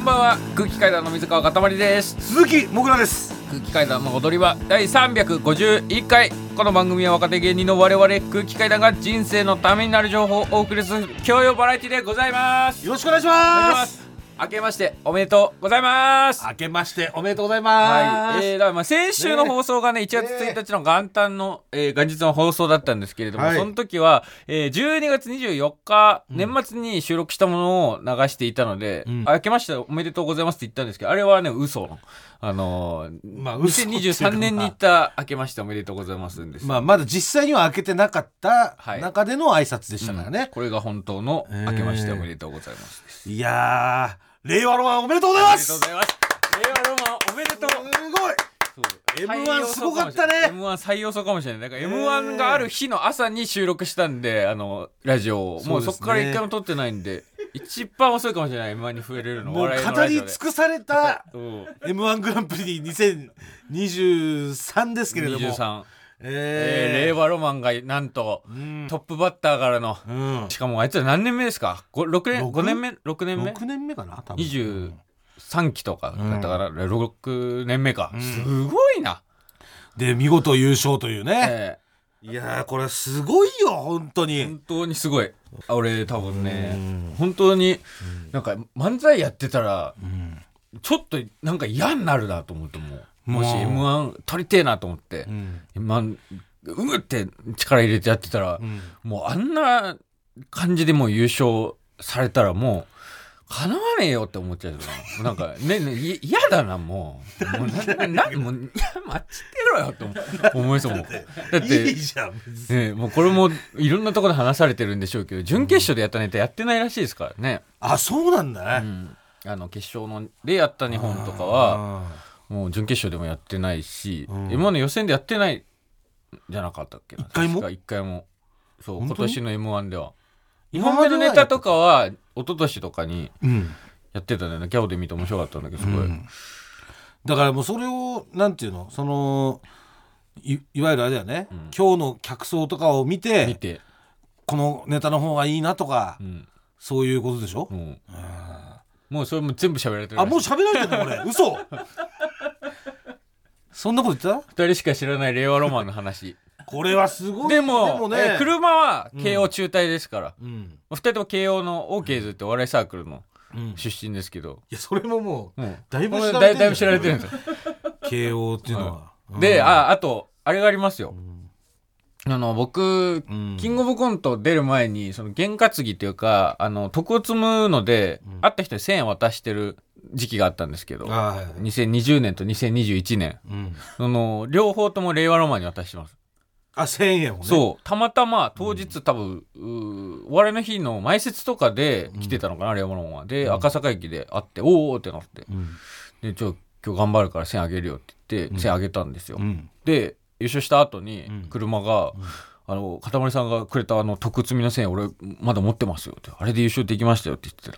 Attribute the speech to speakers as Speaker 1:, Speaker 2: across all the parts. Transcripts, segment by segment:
Speaker 1: んばんは空気階段の水川かたまりです
Speaker 2: 鈴木もぐらです
Speaker 1: 空気階段の踊り場第351回この番組は若手芸人の我々空気階段が人生のためになる情報をお送りする教養バラエティでございます
Speaker 2: よろしくお願いします
Speaker 1: 明けましておめでとうございます
Speaker 2: 明けましておめでとうござい
Speaker 1: は
Speaker 2: ま
Speaker 1: い、
Speaker 2: す、
Speaker 1: えー、だからまあ先週の放送がね、1月1日の元旦の、えー元日の放送だったんですけれども、
Speaker 2: はい
Speaker 1: その時は、えー、12月24日、年末に収録したものを流していたので、
Speaker 2: ん
Speaker 1: あ明けましておめでとうございますって言ったんですけど、あれはね、嘘の。あのー
Speaker 2: まあ嘘っていうか
Speaker 1: 2023年に行った明けましておめでとうございますんですよ。
Speaker 2: まあ、まだ実際には開けてなかった
Speaker 1: はい
Speaker 2: 中での挨拶でしたからね、
Speaker 1: これが本当の明けましておめでとうございますです。
Speaker 2: いやー令和ロマンおめでとうござい
Speaker 1: あ
Speaker 2: ま
Speaker 1: りが
Speaker 2: す
Speaker 1: とうございます。令和ロマンおめでとう。
Speaker 2: すごい M1 すごかったね
Speaker 1: M1 最要素かもしれない。だから M1 がある日の朝に収録したんで、あの、ラジオを。もう
Speaker 2: そ
Speaker 1: そう
Speaker 2: ですね
Speaker 1: こから一回も撮ってないんで、一番遅いかもしれない、M1 に触れるの。
Speaker 2: もう
Speaker 1: 笑いの
Speaker 2: 語
Speaker 1: ラジ
Speaker 2: り
Speaker 1: オで
Speaker 2: 尽くされた
Speaker 1: うん。
Speaker 2: M1 グランプリ2023ですけれども
Speaker 1: 23。えー令
Speaker 2: えー
Speaker 1: 和ロマンがなんと、
Speaker 2: うん
Speaker 1: トップバッターからの、
Speaker 2: うん
Speaker 1: しかもあいつら何年目ですか ?6 年、
Speaker 2: 六
Speaker 1: 5年目 ?6 年目
Speaker 2: 6年目かな多分
Speaker 1: ?23 期とかだったから、6年目か。すごいな。
Speaker 2: で見事優勝というね、
Speaker 1: えー
Speaker 2: いやーこれすごいよ本当に
Speaker 1: 本当にすごいあ俺多分ね本当になんか漫才やってたらちょっとなんか嫌になるなと思ってもうもし
Speaker 2: もう
Speaker 1: m 1取りてえなと思って、今うぐって力入れてやってたら、もうあんな感じでもう優勝されたらもう叶わねえよって思っちゃうよななんかねねい嫌だなもうもうなななもういや待ちてろよって思う思いそうもんだって
Speaker 2: いいじゃん
Speaker 1: ねえもうこれもいろんなところで話されてるんでしょうけど準決勝でやったネタやってないらしいですからね、
Speaker 2: あそうなんだ
Speaker 1: う
Speaker 2: ね、
Speaker 1: ん、あの決勝のでやった日本とかはもう準決勝でもやってないし、
Speaker 2: ん
Speaker 1: 今の予選でやってないじゃなかったっけな
Speaker 2: 一回も
Speaker 1: 確か一回もそう今
Speaker 2: 本当に
Speaker 1: 年の m 1では2
Speaker 2: 今
Speaker 1: 本
Speaker 2: ま
Speaker 1: 目
Speaker 2: では
Speaker 1: のネタとかは一昨年とかに
Speaker 2: うん
Speaker 1: やってたんだよねギャオで見て面白かったんだけどすごい、
Speaker 2: うんだからもうそれをなんていうのそのいいわゆるあれだよね、今日の客層とかを見て
Speaker 1: 見て、
Speaker 2: このネタの方がいいなとか、
Speaker 1: うん、
Speaker 2: そういうことでしょ、
Speaker 1: もうもうそれも全部喋られてる
Speaker 2: あ
Speaker 1: らしい
Speaker 2: もう喋られてる の俺嘘そんなこと言って
Speaker 1: 二人しか知らない令和ロマンの話
Speaker 2: たこれはすごい
Speaker 1: でもえ
Speaker 2: ね
Speaker 1: ー車は慶応中退ですから、
Speaker 2: うん
Speaker 1: お二人とも慶応のオーケーズってお笑いサークルの
Speaker 2: うんい
Speaker 1: 出身ですけど、
Speaker 2: やそれももう、
Speaker 1: うん
Speaker 2: だいぶ
Speaker 1: これ
Speaker 2: 知ら
Speaker 1: だい
Speaker 2: れてる
Speaker 1: だいぶ知られてるんですよ。
Speaker 2: 慶応っていうのは、
Speaker 1: で、
Speaker 2: うん
Speaker 1: あ、あと、あれがありますよ。
Speaker 2: ん
Speaker 1: あの、僕、
Speaker 2: うん
Speaker 1: キングオブコント出る前に、その、験担ぎっていうか、あの、徳を積むので、会った人に1000円渡してる時期があったんですけど、
Speaker 2: あはい
Speaker 1: 2020年と2021年、
Speaker 2: うん
Speaker 1: その、両方とも令和ロマンに渡してます。
Speaker 2: あ1000円をね
Speaker 1: そうたまたま当日多分、うーお笑いの日の前説とかで来てたのかな、レモンはで、赤坂駅で会っておおってなって、
Speaker 2: ん
Speaker 1: でちょ今日頑張るから1000あげるよって言って、1000あげたんですよ、
Speaker 2: うん
Speaker 1: で優勝した後に
Speaker 2: ん
Speaker 1: 車が、あのかたまりさんがくれたあの特積みの1000俺まだ持ってますよってあれで優勝できましたよって言って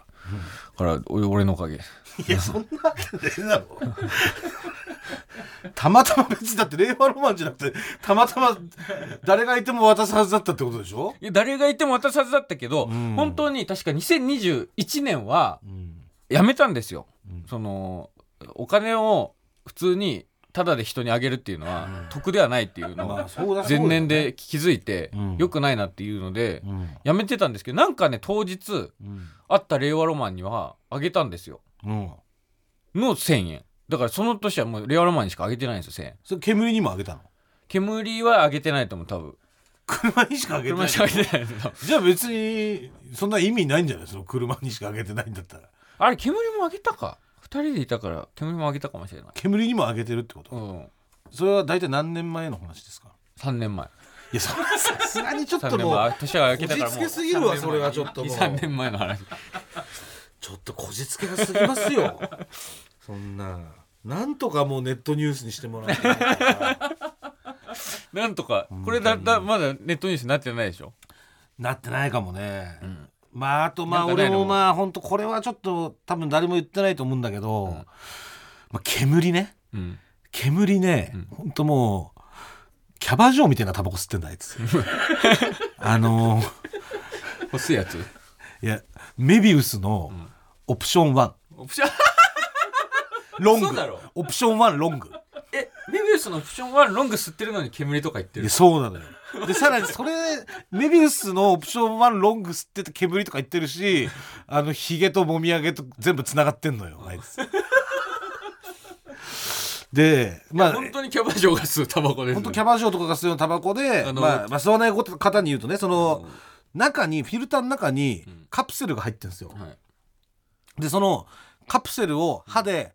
Speaker 1: たら、からお俺のおかげです
Speaker 2: いやそんなわけねえだろたまたま別にだって令和ロマンじゃなくてたまたま誰がいても渡すはずだったってことでしょ、
Speaker 1: いや誰がいても渡さずだったけど、
Speaker 2: ん
Speaker 1: 本当に確か2021年は
Speaker 2: うん、
Speaker 1: やめたんですよ、そのお金を普通にタダで人にあげるっていうのは得ではないっていうの
Speaker 2: まあ
Speaker 1: は
Speaker 2: そうだそうだよ
Speaker 1: 前
Speaker 2: ね
Speaker 1: 年で気づいて
Speaker 2: うん
Speaker 1: 良くないなっていうので
Speaker 2: うん
Speaker 1: やめてたんですけどなんかね当日
Speaker 2: うん
Speaker 1: あった令和ロマンにはあげたんですよ
Speaker 2: うん
Speaker 1: の1000円だからその年はもう令和ロマンにしかあげてないんですよ1000円
Speaker 2: それ煙にもあげたの
Speaker 1: 煙はあげてないと思う多分
Speaker 2: 車にしかあげて
Speaker 1: 車
Speaker 2: ない
Speaker 1: しかあげてない多分
Speaker 2: じゃあ別にそんな意味ないんじゃないその車にしかあげてないんだったら
Speaker 1: あれ煙もあげたか2人でいたから煙もあげたかもしれない
Speaker 2: 煙にもあげてるってこと、
Speaker 1: うん
Speaker 2: それは大体何年前の話ですか
Speaker 1: 3年前
Speaker 2: いやそれはさすがにちょっ
Speaker 1: 3
Speaker 2: と
Speaker 1: 年
Speaker 2: も
Speaker 1: 前
Speaker 2: う
Speaker 1: 年が明けたからもう
Speaker 2: こじつけすぎるわそれはちょっともう
Speaker 1: 3年前の話
Speaker 2: ちょっとこじつけがすぎますよ そんななんとかもうネットニュースにしてもらって
Speaker 1: なんとかこれだだまだネットニュースになってないでしょ
Speaker 2: なってないかもね、まああとま
Speaker 1: な
Speaker 2: あ
Speaker 1: んかない
Speaker 2: 俺
Speaker 1: の
Speaker 2: もまあ本当これはちょっと多分誰も言ってないと思うんだけど、まあ、煙ね
Speaker 1: うん
Speaker 2: 煙ね、本当もうキャバ嬢みたいなタバコ吸ってんだあい つあの
Speaker 1: 欲しいやつ
Speaker 2: いやメビウスのオプション1、
Speaker 1: オプション
Speaker 2: ロング
Speaker 1: そうだろ
Speaker 2: オプション1ロング
Speaker 1: えメビウスのオプション1ロング吸ってるのに煙とか言って
Speaker 2: い
Speaker 1: る
Speaker 2: やそうなのよでさらにそれメビウスのオプション1ロング吸ってて煙とか言ってる しあのヒゲともみあげと全部つながってんのよあい つでまあ
Speaker 1: 本当にキャバ嬢が吸うタバコです、ね、
Speaker 2: 本当キャバ嬢とかが吸うようなタバコで
Speaker 1: あの
Speaker 2: まあ、まあ、吸わないこと方に言うとねその中にフィルターの中にカプセルが入ってるんですよ、
Speaker 1: はい
Speaker 2: でそのカプセルを歯で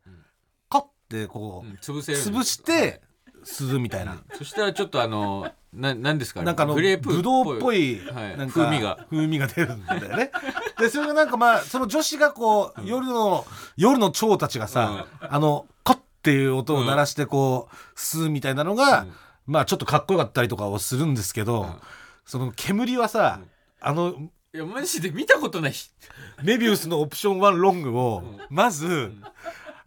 Speaker 2: カッてこ
Speaker 1: うん
Speaker 2: う
Speaker 1: 潰せる
Speaker 2: 潰し
Speaker 1: は
Speaker 2: て吸うみたいな
Speaker 1: うんそしたらちょっとあのななんですか
Speaker 2: なんかあの
Speaker 1: グレープ
Speaker 2: ブドウっぽい
Speaker 1: はい
Speaker 2: なんか
Speaker 1: 風味が
Speaker 2: 風味が出るんだよねでそれがなんかまあその女子がこう夜の夜の蝶たちがさあのカッっていう音を鳴らしてこう吸うみたいなのが
Speaker 1: うん
Speaker 2: まあちょっとかっこよかったりとかをするんですけ
Speaker 1: う
Speaker 2: ど
Speaker 1: ん
Speaker 2: その煙はさあの
Speaker 1: いやマジで見たことないし
Speaker 2: メビウスのオプション1ロングをまず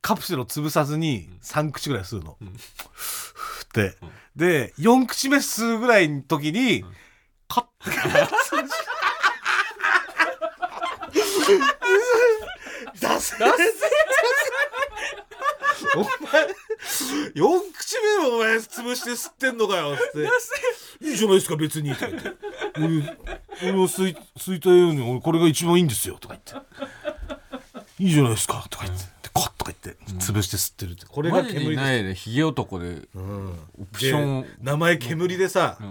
Speaker 2: カプセルを潰さずに3口ぐらい吸うの。ふーってで4口目吸うぐらいの時にカッて出せ出せお前4口目もお前潰して吸ってんのかよって。いいじゃないですか別に」とか言って「俺俺は吸い吸いたいように俺これが一番いいんですよ」とか言って「いいじゃないですか」とか言って「でコッ」とか言って潰して吸ってるってこれ
Speaker 1: マ
Speaker 2: が
Speaker 1: ジで
Speaker 2: 煙
Speaker 1: な
Speaker 2: で
Speaker 1: いねヒゲ男でオプション
Speaker 2: で名前煙でさ
Speaker 1: ん
Speaker 2: や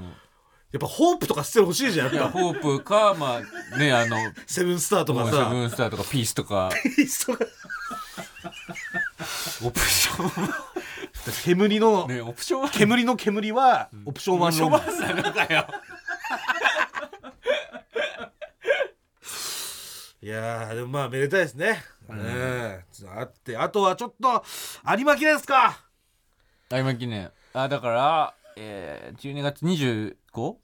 Speaker 2: っぱホープとか吸ってほしいじゃん
Speaker 1: い
Speaker 2: や
Speaker 1: や
Speaker 2: っぱ
Speaker 1: ホープかまあねあの
Speaker 2: セブンスターと
Speaker 1: も
Speaker 2: か
Speaker 1: うセブ
Speaker 2: さ
Speaker 1: ンスターとかピースとか
Speaker 2: ピースとかオプション煙の
Speaker 1: ねオプションは
Speaker 2: 煙の煙はオプションワンロング
Speaker 1: さなんだよ
Speaker 2: いやーでもまあめでたいですね。うん、あってあとはちょっと有馬記念ですか。
Speaker 1: 有馬記念あだから、えー、12月 25? 有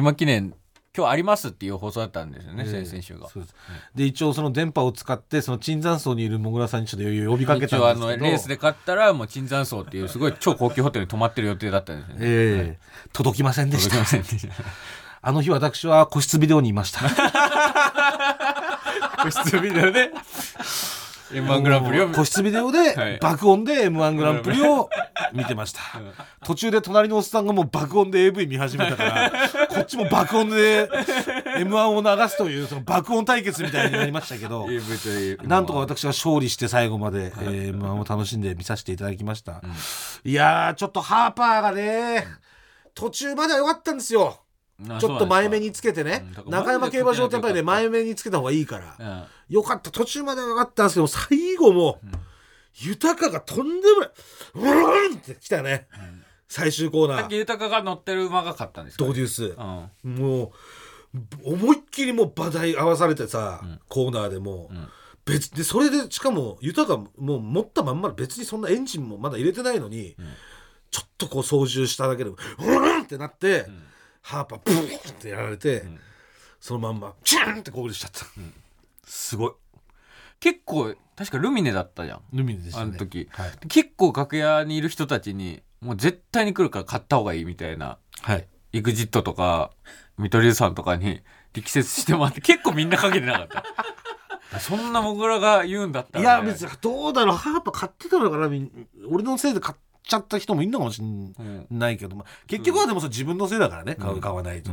Speaker 1: 馬記念今日ありますっていう放送だったんですよね、先々週が
Speaker 2: そうです。で一応その電波を使ってその椿山荘にいるもぐらさんにちょっと余裕を呼びかけ
Speaker 1: 一
Speaker 2: た
Speaker 1: 応あ
Speaker 2: んです
Speaker 1: の
Speaker 2: けど。
Speaker 1: レースで勝ったらもう椿山荘っていうすごい超高級ホテルに泊まってる予定だったんですよね
Speaker 2: ええ届きませんでし
Speaker 1: 届き
Speaker 2: た
Speaker 1: ま。せんでした
Speaker 2: あの日私は個室ビデオにいました。
Speaker 1: 個室ビデオで M1 グランプリを
Speaker 2: 個室ビデオ
Speaker 1: はい
Speaker 2: で爆音で M1 グランプリを見てま した。途中で隣のおっさんがもう爆音で AV 見始めたから、こっちも爆音で M1 を流すというその爆音対決みたいになりましたけど。
Speaker 1: AV という
Speaker 2: なんとか私が勝利して最後まで、え ー、M1 を楽しんで見させていただきました。いやー、ちょっとハーパーがね、途中までは良かったんですよ。
Speaker 1: あ
Speaker 2: ちょっと前目につけて
Speaker 1: う
Speaker 2: ね
Speaker 1: んだか。ら
Speaker 2: 中山競馬場ってやっぱりね、
Speaker 1: 前
Speaker 2: 前目につけた方がいいから
Speaker 1: そう。なんですか
Speaker 2: 良かった。途中までは良かったんですけど、最後もう、豊かがとんでもない、うーんって来たね。最終コー
Speaker 1: うん
Speaker 2: ナ
Speaker 1: さっき
Speaker 2: ー、
Speaker 1: 豊が乗ってる馬が勝ったんですか
Speaker 2: ド
Speaker 1: ね
Speaker 2: ーデュース
Speaker 1: う。ん
Speaker 2: もう思いっきりもう馬体合わされてさ、コーナーでもう、
Speaker 1: ん
Speaker 2: 別でそれでしかも豊がもう持ったまんまで別にそんなエンジンもまだ入れてないのに、ちょっとこう操縦しただけでうーんってなって、ハーパーブーンってやられて、そのまんまチューンってゴールしちゃった、すごい
Speaker 1: 結構確かルミネだったじゃん
Speaker 2: ルミネで
Speaker 1: あの時、
Speaker 2: はい
Speaker 1: 結構楽屋にいる人たちにもう絶対に来るから買った方がいいみたいな
Speaker 2: はい、
Speaker 1: EXIT とか見取り図さんとかに力説してもらって結構みんなかけてなか ったそんなもぐらが言うんだった
Speaker 2: い
Speaker 1: ら
Speaker 2: や
Speaker 1: ね、
Speaker 2: 別にどうだろうハーパー買ってたのかなみん俺のせいで買っちゃった人もいるのかもしれない
Speaker 1: うん
Speaker 2: ないけど、まあ、結局はでもそれ自分のせいだからね、買う買わないと、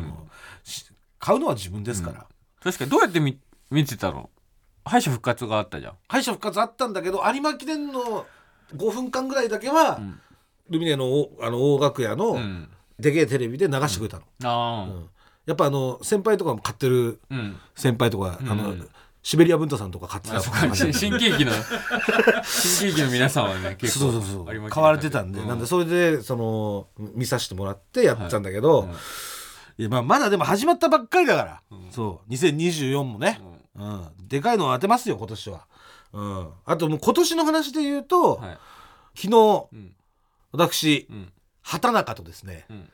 Speaker 2: し買うのは自分ですから、
Speaker 1: 確かにどうやって見見てたの敗者復活があったじゃん
Speaker 2: 敗者復活あったんだけど有馬記念の5分間ぐらいだけは、
Speaker 1: ん
Speaker 2: ルミネのおあの大楽屋の
Speaker 1: うん
Speaker 2: でけえテレビで流してくれたの、
Speaker 1: あ
Speaker 2: うんやっぱあの先輩とかも買ってる
Speaker 1: あうん、
Speaker 2: 先輩とか、あのシベリア文太さんとか買ってた
Speaker 1: あ
Speaker 2: と
Speaker 1: そっ
Speaker 2: か
Speaker 1: か新喜劇の新喜劇の皆さんはね 結
Speaker 2: そう
Speaker 1: 構
Speaker 2: そうそう
Speaker 1: 有馬記念
Speaker 2: 買われてたんで、
Speaker 1: う
Speaker 2: なんでそれでその見させてもらってやってたんだけど、
Speaker 1: はいうん
Speaker 2: いやまあ、まだでも始まったばっかりだから、そう2024もね、うんでかいの当てますよ今年は、うん、あともう今年の話で言うと、
Speaker 1: はい
Speaker 2: 昨日
Speaker 1: うん
Speaker 2: 私
Speaker 1: うん
Speaker 2: 畑中とですね
Speaker 1: うん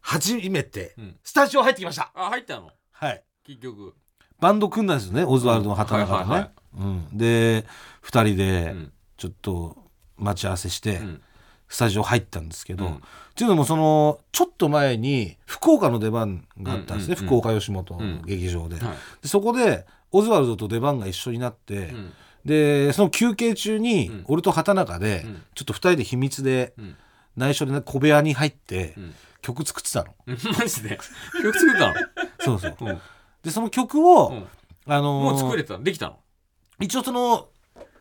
Speaker 2: 初めて
Speaker 1: うん
Speaker 2: スタジオ入ってきました、
Speaker 1: あ入ったの
Speaker 2: はい
Speaker 1: 結局
Speaker 2: バンド組んだんですよねオズワルドの畑中とね、
Speaker 1: うんはいはい
Speaker 2: うん、で2人
Speaker 1: う
Speaker 2: で
Speaker 1: ん
Speaker 2: ちょっと待ち合わせして、
Speaker 1: うん
Speaker 2: スタジオ入ったんですけど、
Speaker 1: うん
Speaker 2: っていうのもそのちょっと前に福岡の出番があったんですね、
Speaker 1: うんうんうん
Speaker 2: 福岡吉本の劇場で,、
Speaker 1: はい
Speaker 2: でそこでオズワルドと出番が一緒になって、
Speaker 1: うん
Speaker 2: でその休憩中に、
Speaker 1: うん
Speaker 2: 俺と畑中で、
Speaker 1: うん
Speaker 2: ちょっと2人で秘密で、
Speaker 1: うん
Speaker 2: 内緒でね小部屋に入って、
Speaker 1: うん
Speaker 2: 曲作ってたの
Speaker 1: マジで曲作った
Speaker 2: そうそう
Speaker 1: の、
Speaker 2: でその曲を、
Speaker 1: うん
Speaker 2: あのー
Speaker 1: もう作れたできたの、
Speaker 2: 一応その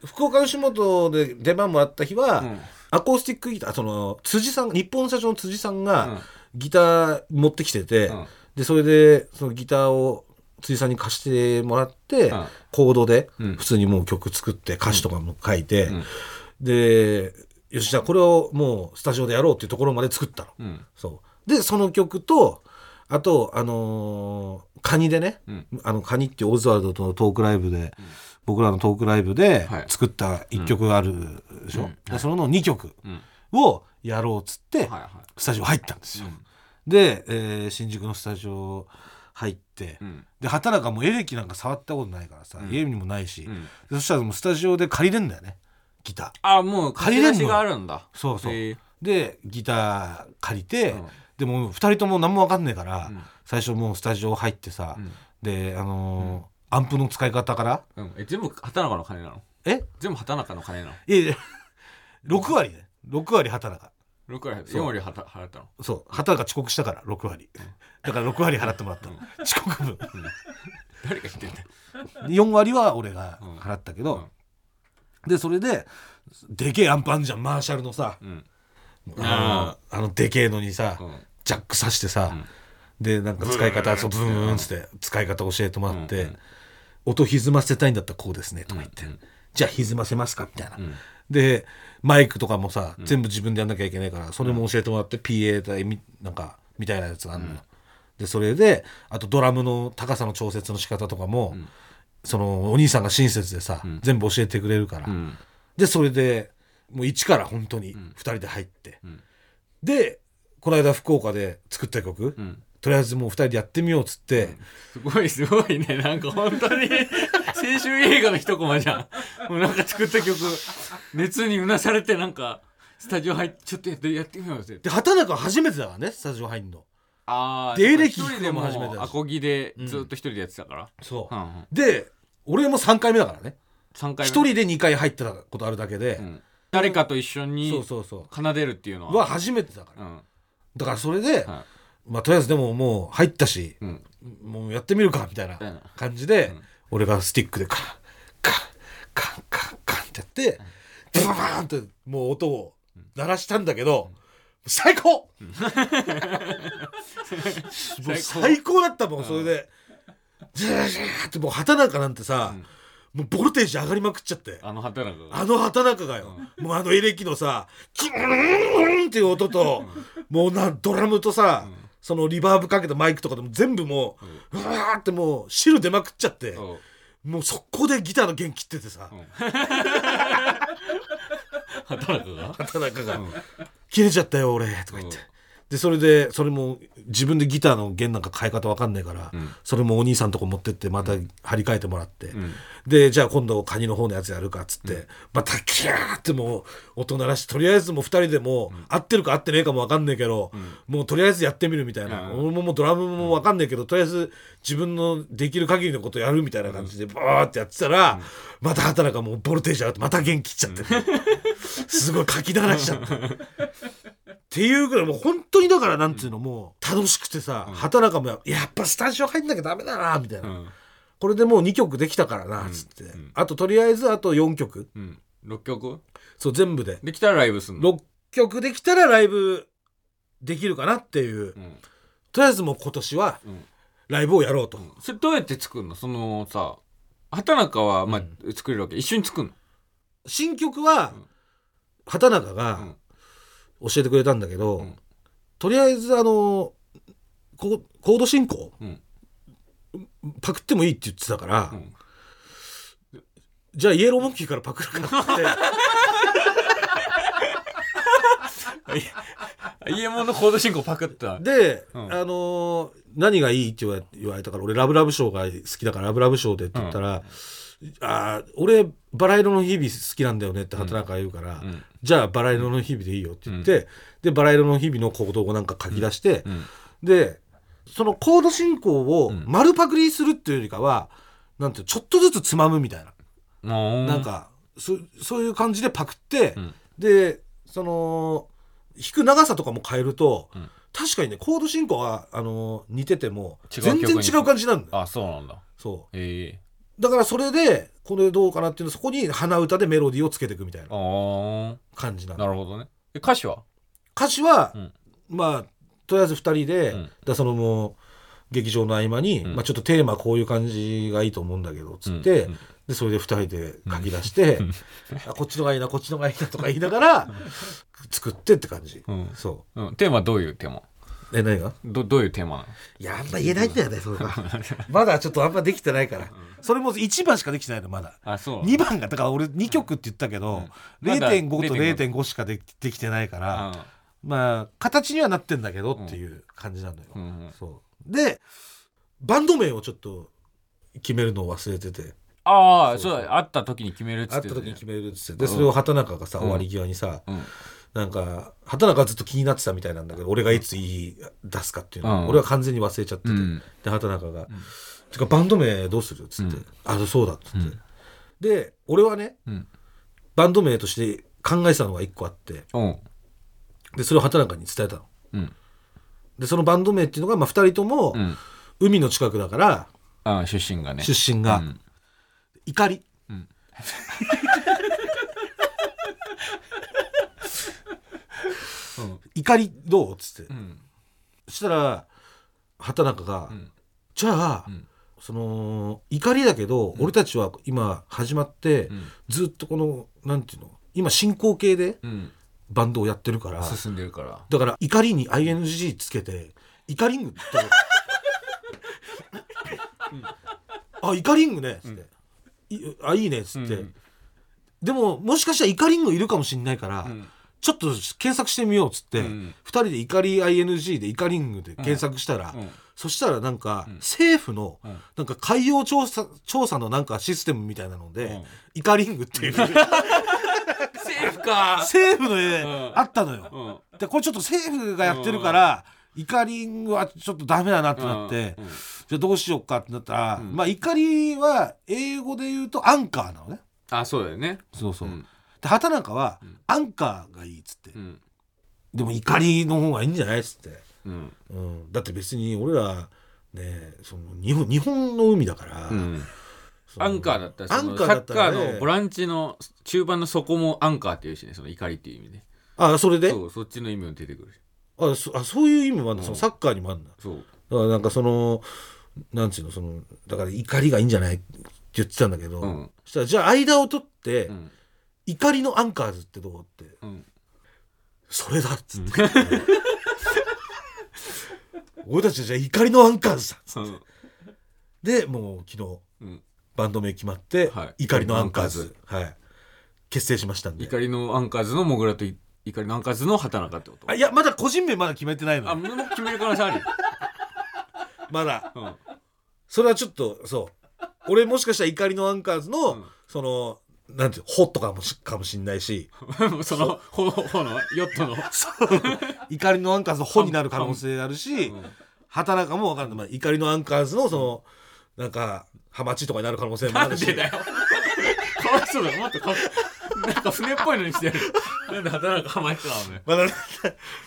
Speaker 2: 福岡吉本で出番もらった日は、
Speaker 1: うん
Speaker 2: アコースティックギターその辻さん日本社長の辻さん
Speaker 1: うん
Speaker 2: がギター持ってきてて、
Speaker 1: うん
Speaker 2: でそれでそのギターを辻さんに貸してもらって、
Speaker 1: うん
Speaker 2: コードで
Speaker 1: うん
Speaker 2: 普通にもう曲作って歌詞とかも書いて、
Speaker 1: うん
Speaker 2: でよしじゃあこれをもうスタジオでやろうっていうところまで作ったの。
Speaker 1: うん
Speaker 2: そうでその曲とあとあのーカニでね、
Speaker 1: うん
Speaker 2: あのカニっていうオズワルドとのトークライブで、僕らのトークライブで
Speaker 1: はい
Speaker 2: 作った1曲があるでし
Speaker 1: う
Speaker 2: ょ、
Speaker 1: んうん
Speaker 2: でその2曲
Speaker 1: うん
Speaker 2: をやろうっつって、
Speaker 1: はいは
Speaker 2: スタジオ入ったんです
Speaker 1: い
Speaker 2: よ、で、えー新宿のスタジオ入って、
Speaker 1: うん
Speaker 2: で畑中もエレキなんか触ったことないからさ、
Speaker 1: うん
Speaker 2: 家にもないし、
Speaker 1: う
Speaker 2: で
Speaker 1: ん
Speaker 2: そしたらもうスタジオで借りれんだよねギター
Speaker 1: あもう
Speaker 2: 借
Speaker 1: 借
Speaker 2: り
Speaker 1: り
Speaker 2: れん
Speaker 1: 出
Speaker 2: の
Speaker 1: しがあるんだ
Speaker 2: そうそう、
Speaker 1: へえ
Speaker 2: でギター借りて、
Speaker 1: うん
Speaker 2: でも2人とも何も分かんないから、
Speaker 1: うん
Speaker 2: 最初もうスタジオ入ってさ、
Speaker 1: うん
Speaker 2: であのーアンプの使い方から
Speaker 1: うんえ全部畑中の金なの
Speaker 2: え
Speaker 1: 全部畑中の金なの
Speaker 2: いやいや6割ね6割畑中
Speaker 1: 6割
Speaker 2: そう
Speaker 1: 4割はた払ったの
Speaker 2: そう畑中遅刻したから6割だから6割払ってもらったの遅刻分
Speaker 1: 誰が言ってんだよ
Speaker 2: 4割は俺が払ったけど、でそれででけえアンプあんじゃんマーシャルのさ、
Speaker 1: うん
Speaker 2: あのあのでけえのにさ、
Speaker 1: うん
Speaker 2: ジャックさしてさ、
Speaker 1: うん
Speaker 2: でなんか使い方そうブーンっつって使い方教えてもらって、
Speaker 1: うんうん
Speaker 2: 音歪ませたいんだったらこうですねとか言って、
Speaker 1: うんうん
Speaker 2: じゃあ歪ませますかみたいな、
Speaker 1: ん
Speaker 2: でマイクとかもさ、全部自分でやんなきゃいけないからそれも教えてもらって、PA だみなんかみたいなやつがあるのよ、でそれであとドラムの高さの調節の仕方とかも、そのお兄さんが親切でさ、全部教えてくれるから、
Speaker 1: うん
Speaker 2: でそれでもう一から本当に2人で入って、
Speaker 1: ん
Speaker 2: でこの間福岡で作った曲、
Speaker 1: ん
Speaker 2: とりあえずもう2人でやってみようっつって、
Speaker 1: すごいすごいねなんか本当に青春映画の一コマじゃんもうなんか作った曲熱にうなされてなんかスタジオ入ってちょっとやってやってみようぜ
Speaker 2: で畑中初めてだからねスタジオ入んの
Speaker 1: ああ
Speaker 2: でエレキ
Speaker 1: 一
Speaker 2: 弾
Speaker 1: 人
Speaker 2: く
Speaker 1: で
Speaker 2: の
Speaker 1: も
Speaker 2: も初めてだし
Speaker 1: アコギでずっと一人でやってたから、
Speaker 2: そう、
Speaker 1: うんうん、
Speaker 2: で俺も3回目だからね
Speaker 1: 3
Speaker 2: 1
Speaker 1: 回目
Speaker 2: 人で2回入ってたことあるだけで
Speaker 1: う、ん、誰かと一緒
Speaker 2: そう
Speaker 1: に
Speaker 2: そうそ
Speaker 1: 奏でるっていうの
Speaker 2: うは
Speaker 1: は
Speaker 2: 初めてだから、
Speaker 1: うん
Speaker 2: だからそれで、
Speaker 1: は
Speaker 2: まあとりあえずでももう入ったし
Speaker 1: いうん
Speaker 2: もうやってみるかみたいな
Speaker 1: うん
Speaker 2: 感じで、
Speaker 1: うん
Speaker 2: 俺がスティックでカンカンカンカンカンってやってブババーンってもう音を鳴らしたんだけど、最高 もう最高だったもん、それでジャージャーってもう畑中なんてさ、もうボルテージ上がりまくっちゃって。
Speaker 1: あの畑中が
Speaker 2: あの畑中がよ、もうあのエレキのさ、キューンっていう音と、もうなドラムとさ、そのリバーブかけたマイクとかでも全部もう、うわーってもう汁出まくっちゃって、
Speaker 1: そう
Speaker 2: もう速攻でギターの弦切っててさ、
Speaker 1: 畑中が
Speaker 2: 畑中が、切れちゃったよ俺、とか言って。で、それで、それも自分でギターの弦なんか変え方わかんないから、それもお兄さんとこ持ってってまた張り替えてもらって、で、じゃあ今度カニの方のやつやるかっつって、またキャーってもう音鳴らして、とりあえずもう二人でもう、合ってるか合ってねえかもわかんないけど、もうとりあえずやってみるみたいな、
Speaker 1: うん
Speaker 2: 俺ももうドラムもわかんないけど、とりあえず自分のできる限りのことやるみたいな感じで、バーってやってたら、また畑中もうボルテージ上がって、また元気っちゃって、 すごい書き鳴らしち ゃった。っていうぐらいもう本当にだからなんていうのもう楽しくてさ、畑中もややっぱスタジオ入んなきゃダメだなみたいな、
Speaker 1: うん
Speaker 2: これでもう2曲できたからなっつって、あととりあえずあと4曲
Speaker 1: うん6曲
Speaker 2: そう全部で
Speaker 1: できたらライブすんの、
Speaker 2: 6曲できたらライブできるかなっていう、
Speaker 1: うん
Speaker 2: とりあえずもう今年は
Speaker 1: うん
Speaker 2: ライブをやろうと、
Speaker 1: それどうやって作るのそのさ畑中は、まあ作れるわけ一緒に作るの
Speaker 2: 新曲は
Speaker 1: うん
Speaker 2: 畑中が教えてくれたんだけど、
Speaker 1: うん
Speaker 2: とりあえずあのココード進行
Speaker 1: うん
Speaker 2: パクってもいいって言ってたから、
Speaker 1: うん
Speaker 2: じゃあイエローモンキーからパクるかって
Speaker 1: 家物のコード進行パクった
Speaker 2: で、
Speaker 1: うん
Speaker 2: あのー何がいいって言われ言われたから俺「ラブラブショー」が好きだから「ラブラブショーで」って言ったら「あー俺バラ色の日々好きなんだよね」って畑中が言うから、
Speaker 1: ん
Speaker 2: じゃあバラ色の日々でいいよって言って、でバラ色の日々の行動をなんか書き出して、
Speaker 1: ん
Speaker 2: でそのコード進行を丸パクリするっていうよりかは、なんていうのちょっとずつつまむみたいな
Speaker 1: な
Speaker 2: なんかそそういう感じでパクって、
Speaker 1: うん
Speaker 2: でその弾く長さとかも変えると、
Speaker 1: うん
Speaker 2: 確かにねコード進行はあの似てても
Speaker 1: 違う
Speaker 2: 全然
Speaker 1: 曲に
Speaker 2: 違う感じなんだよ
Speaker 1: あそうなんだ
Speaker 2: そ
Speaker 1: ええ
Speaker 2: うだからそれでこれどうかなっていうのそこに鼻歌でメロディーをつけていくみたいな
Speaker 1: あ
Speaker 2: 感じな
Speaker 1: あ
Speaker 2: ん
Speaker 1: な
Speaker 2: だ
Speaker 1: るほどねえ歌詞は
Speaker 2: 歌詞は、
Speaker 1: うん
Speaker 2: まあとりあえず2人で、
Speaker 1: うん
Speaker 2: だそのもう劇場の合間に、
Speaker 1: うん
Speaker 2: まあ、ちょっとテーマこういう感じがいいと思うんだけどつって、
Speaker 1: うんうん
Speaker 2: でそれで2人で書き出 して、
Speaker 1: うん
Speaker 2: あこっちのがいいなこっちのがいいなとか言いながら作ってって感じ、
Speaker 1: うん
Speaker 2: そ
Speaker 1: うん、テーマどういうテーマ
Speaker 2: うえ何が
Speaker 1: どどういうテーマ
Speaker 2: いやあんま言えないんだよねそれが まだちょっとあんまできてないからそれも1番しかできてないのまだ
Speaker 1: なのあそう
Speaker 2: 2番がだから俺2曲って言ったけど、
Speaker 1: うんまだ
Speaker 2: 0.5と
Speaker 1: 0.5
Speaker 2: 0.5しかできできてないから、
Speaker 1: あ
Speaker 2: まあ形にはなってんだけどっていう感じなのよ、
Speaker 1: うんうん
Speaker 2: そうでバンド名をちょっと決めるのを忘れてて
Speaker 1: あー
Speaker 2: そ
Speaker 1: そうう
Speaker 2: そう
Speaker 1: 会った時に決めるっつ
Speaker 2: 会
Speaker 1: っ
Speaker 2: ってた
Speaker 1: た
Speaker 2: 時
Speaker 1: ね
Speaker 2: に決めるっつってでそれを畑中がさ、
Speaker 1: うん
Speaker 2: 終わり際にさ、
Speaker 1: うん
Speaker 2: なんか畑中はずっと気になってたみたいなんだけど俺がいつ言い出すかっていうの
Speaker 1: う
Speaker 2: を、
Speaker 1: ん
Speaker 2: 俺は完全に忘れちゃってて、
Speaker 1: うん
Speaker 2: で畑中が「てかバンド名どうする?」っつって
Speaker 1: う
Speaker 2: 「
Speaker 1: ん
Speaker 2: あそうだ」っつって、
Speaker 1: うん
Speaker 2: で俺はね
Speaker 1: うん
Speaker 2: バンド名として考えてたのが一個あって
Speaker 1: うん
Speaker 2: でそれを畑中に伝えたの
Speaker 1: うん
Speaker 2: でそのバンド名っていうのが、まあ、2人とも
Speaker 1: うん
Speaker 2: 海の近くだから、
Speaker 1: あー出身がね
Speaker 2: 出身が、
Speaker 1: うん
Speaker 2: 怒り
Speaker 1: うん
Speaker 2: 怒りどうっつって、
Speaker 1: うん
Speaker 2: そしたら畑中が、
Speaker 1: ん
Speaker 2: じゃあ、
Speaker 1: うん
Speaker 2: その怒りだけど、俺たちは今始まって、
Speaker 1: うん
Speaker 2: ずっとこのなんていうの今進行形で
Speaker 1: うん
Speaker 2: バンドをやってるから、
Speaker 1: 進んでるから
Speaker 2: だから怒りに ING つけて「怒りング」って言ったの あ怒りングね」っつって「いあいいね」っつって、
Speaker 1: うん
Speaker 2: でももしかしたら怒りングいるかもしれないから、
Speaker 1: ん
Speaker 2: ちょっと検索してみようっつって、
Speaker 1: う
Speaker 2: 二
Speaker 1: ん
Speaker 2: 2人で「怒り ING」で「怒りング」で検索したら、
Speaker 1: うん
Speaker 2: そしたらなんか、政府の
Speaker 1: うん
Speaker 2: なんか海洋調査調査のなんかシステムみたいなので「
Speaker 1: ん
Speaker 2: 怒りング」っていう
Speaker 1: セーフか
Speaker 2: 政府の絵、
Speaker 1: うん
Speaker 2: あったのよ。
Speaker 1: うん
Speaker 2: でこれちょっと政府がやってるから、イカリングはちょっとダメだなってなって、
Speaker 1: うんうん
Speaker 2: じゃあどうしようかってなったら、
Speaker 1: ん
Speaker 2: まあイカリは英語で言うとアンカーなのね
Speaker 1: あそうだよね
Speaker 2: そうそう、
Speaker 1: うん
Speaker 2: で畑中はアンカーがいいっつって、
Speaker 1: うん
Speaker 2: でもイカリの方がいいんじゃないっつって、
Speaker 1: うん
Speaker 2: うん、だって別に俺らねその日本日本の海だから、
Speaker 1: うん
Speaker 2: その
Speaker 1: アンカーだったら
Speaker 2: ア
Speaker 1: そ
Speaker 2: ン
Speaker 1: の
Speaker 2: カー
Speaker 1: サ
Speaker 2: だっ
Speaker 1: ッ
Speaker 2: た
Speaker 1: カ
Speaker 2: ら、ね、
Speaker 1: ーのボランチの中盤の底もアンカーっていうしねその怒りっていう意味で
Speaker 2: あそれで
Speaker 1: そうそっちの意味も出てくるし
Speaker 2: あそあそういう意味もあるんだ、そのサッカーにもあるんだ
Speaker 1: そう
Speaker 2: だからなんかそのなんていうのそのだから怒りがいいんじゃないって言ってたんだけど、
Speaker 1: うん
Speaker 2: そしたらじゃあ間を取って、
Speaker 1: うん
Speaker 2: 怒りのアンカーズってどうって
Speaker 1: うん
Speaker 2: それだっ つって、俺たちはじゃあ怒りのアンカーズだっつ
Speaker 1: う
Speaker 2: っ
Speaker 1: ん
Speaker 2: てでもう昨日
Speaker 1: うん
Speaker 2: バンド名決まって、
Speaker 1: はい
Speaker 2: 怒りのアンカーズ、はい、結成しましたんで
Speaker 1: 怒りのアンカーズのモグラとい怒りのアンカーズの畑中ってこと
Speaker 2: あいやまだ個人名まだ決めてないの
Speaker 1: あ
Speaker 2: よ
Speaker 1: もう決める可能性あるよ、
Speaker 2: まだ
Speaker 1: うん
Speaker 2: それはちょっとそう俺もしかしたら怒りのアンカーズの、
Speaker 1: うん
Speaker 2: そのなんていうほとかもしかもしんないし
Speaker 1: そのほほのヨットの、
Speaker 2: 怒りのアンカーズの「ほ」になる可能性あるし、畑中も分かんない、まあ、怒りのアンカーズのそのなんかハマチとかになる可能性も
Speaker 1: な
Speaker 2: あ
Speaker 1: ん
Speaker 2: るし
Speaker 1: でだよかわいそうだよもっとかなんか船っぽいのにしてやるなんで畑中浜井かおめ
Speaker 2: まだ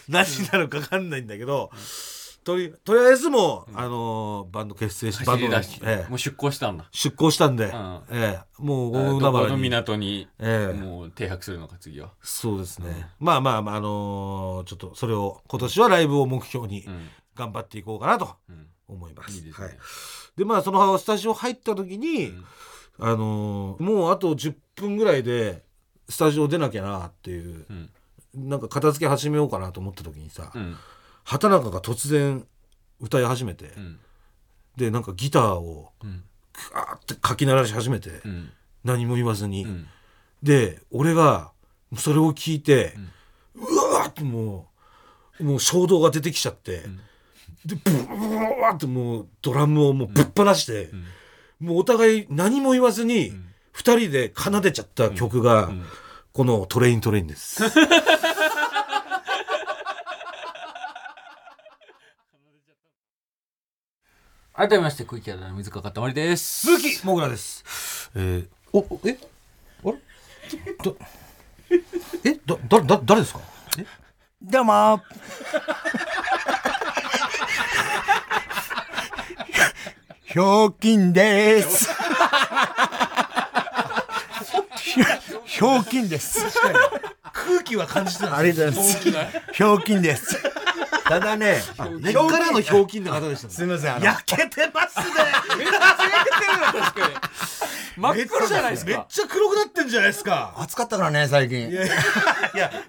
Speaker 2: 何になるか分かんないんだけど、とりとりあえずもう、あのーバンド結成しバ
Speaker 1: 走
Speaker 2: ンド
Speaker 1: り
Speaker 2: の
Speaker 1: 出し、
Speaker 2: ええ
Speaker 1: もう出港したんだ
Speaker 2: 出向したんで、
Speaker 1: ん
Speaker 2: ええもう
Speaker 1: ど
Speaker 2: 大海
Speaker 1: こ
Speaker 2: 原
Speaker 1: の
Speaker 2: に、
Speaker 1: 港に
Speaker 2: ええ
Speaker 1: もう停泊するのか次は、
Speaker 2: そうですね、まあまあまああのーちょっとそれを今年はライブを目標に
Speaker 1: うん
Speaker 2: 頑張っていこうかなと
Speaker 1: うん
Speaker 2: 思います。
Speaker 1: いいですね、
Speaker 2: はいでまあそのスタジオ入った時に、
Speaker 1: ん
Speaker 2: あのーもうあと10分ぐらいでスタジオ出なきゃなっていう、
Speaker 1: うん
Speaker 2: なんか片付け始めようかなと思った時にさ、
Speaker 1: うん
Speaker 2: 畑中が突然歌い始めて、
Speaker 1: うん
Speaker 2: でなんかギターを
Speaker 1: うん
Speaker 2: クワーってかき鳴らし始めて、
Speaker 1: うん
Speaker 2: 何も言わずに、
Speaker 1: うん
Speaker 2: で俺がそれを聞いて、うわーってもうもう衝動が出てきちゃって、でブワーってもうドラムをもうぶっ放して。
Speaker 1: うん
Speaker 2: もうお互い何も言わずに、二人で奏でちゃった曲が、このトレイントレインです。
Speaker 1: 改めまして、小池アナの水川かたまりです。
Speaker 2: 鈴木もぐらです。えーお、おえどえだだだ誰ですかえ
Speaker 3: どうも。ひょうきんです。ひょうきんです。
Speaker 2: 空気は感じてたん
Speaker 3: ありがとうございます。ひょうきんです。
Speaker 2: ただね根っからのひょうきんな方でした
Speaker 3: すみません。あの
Speaker 2: 焼けてますね
Speaker 1: 真っ黒じゃないです
Speaker 2: めっ
Speaker 1: か。
Speaker 2: ちゃ黒くなってんじゃないですか
Speaker 3: 暑かったからね、最近。
Speaker 2: いや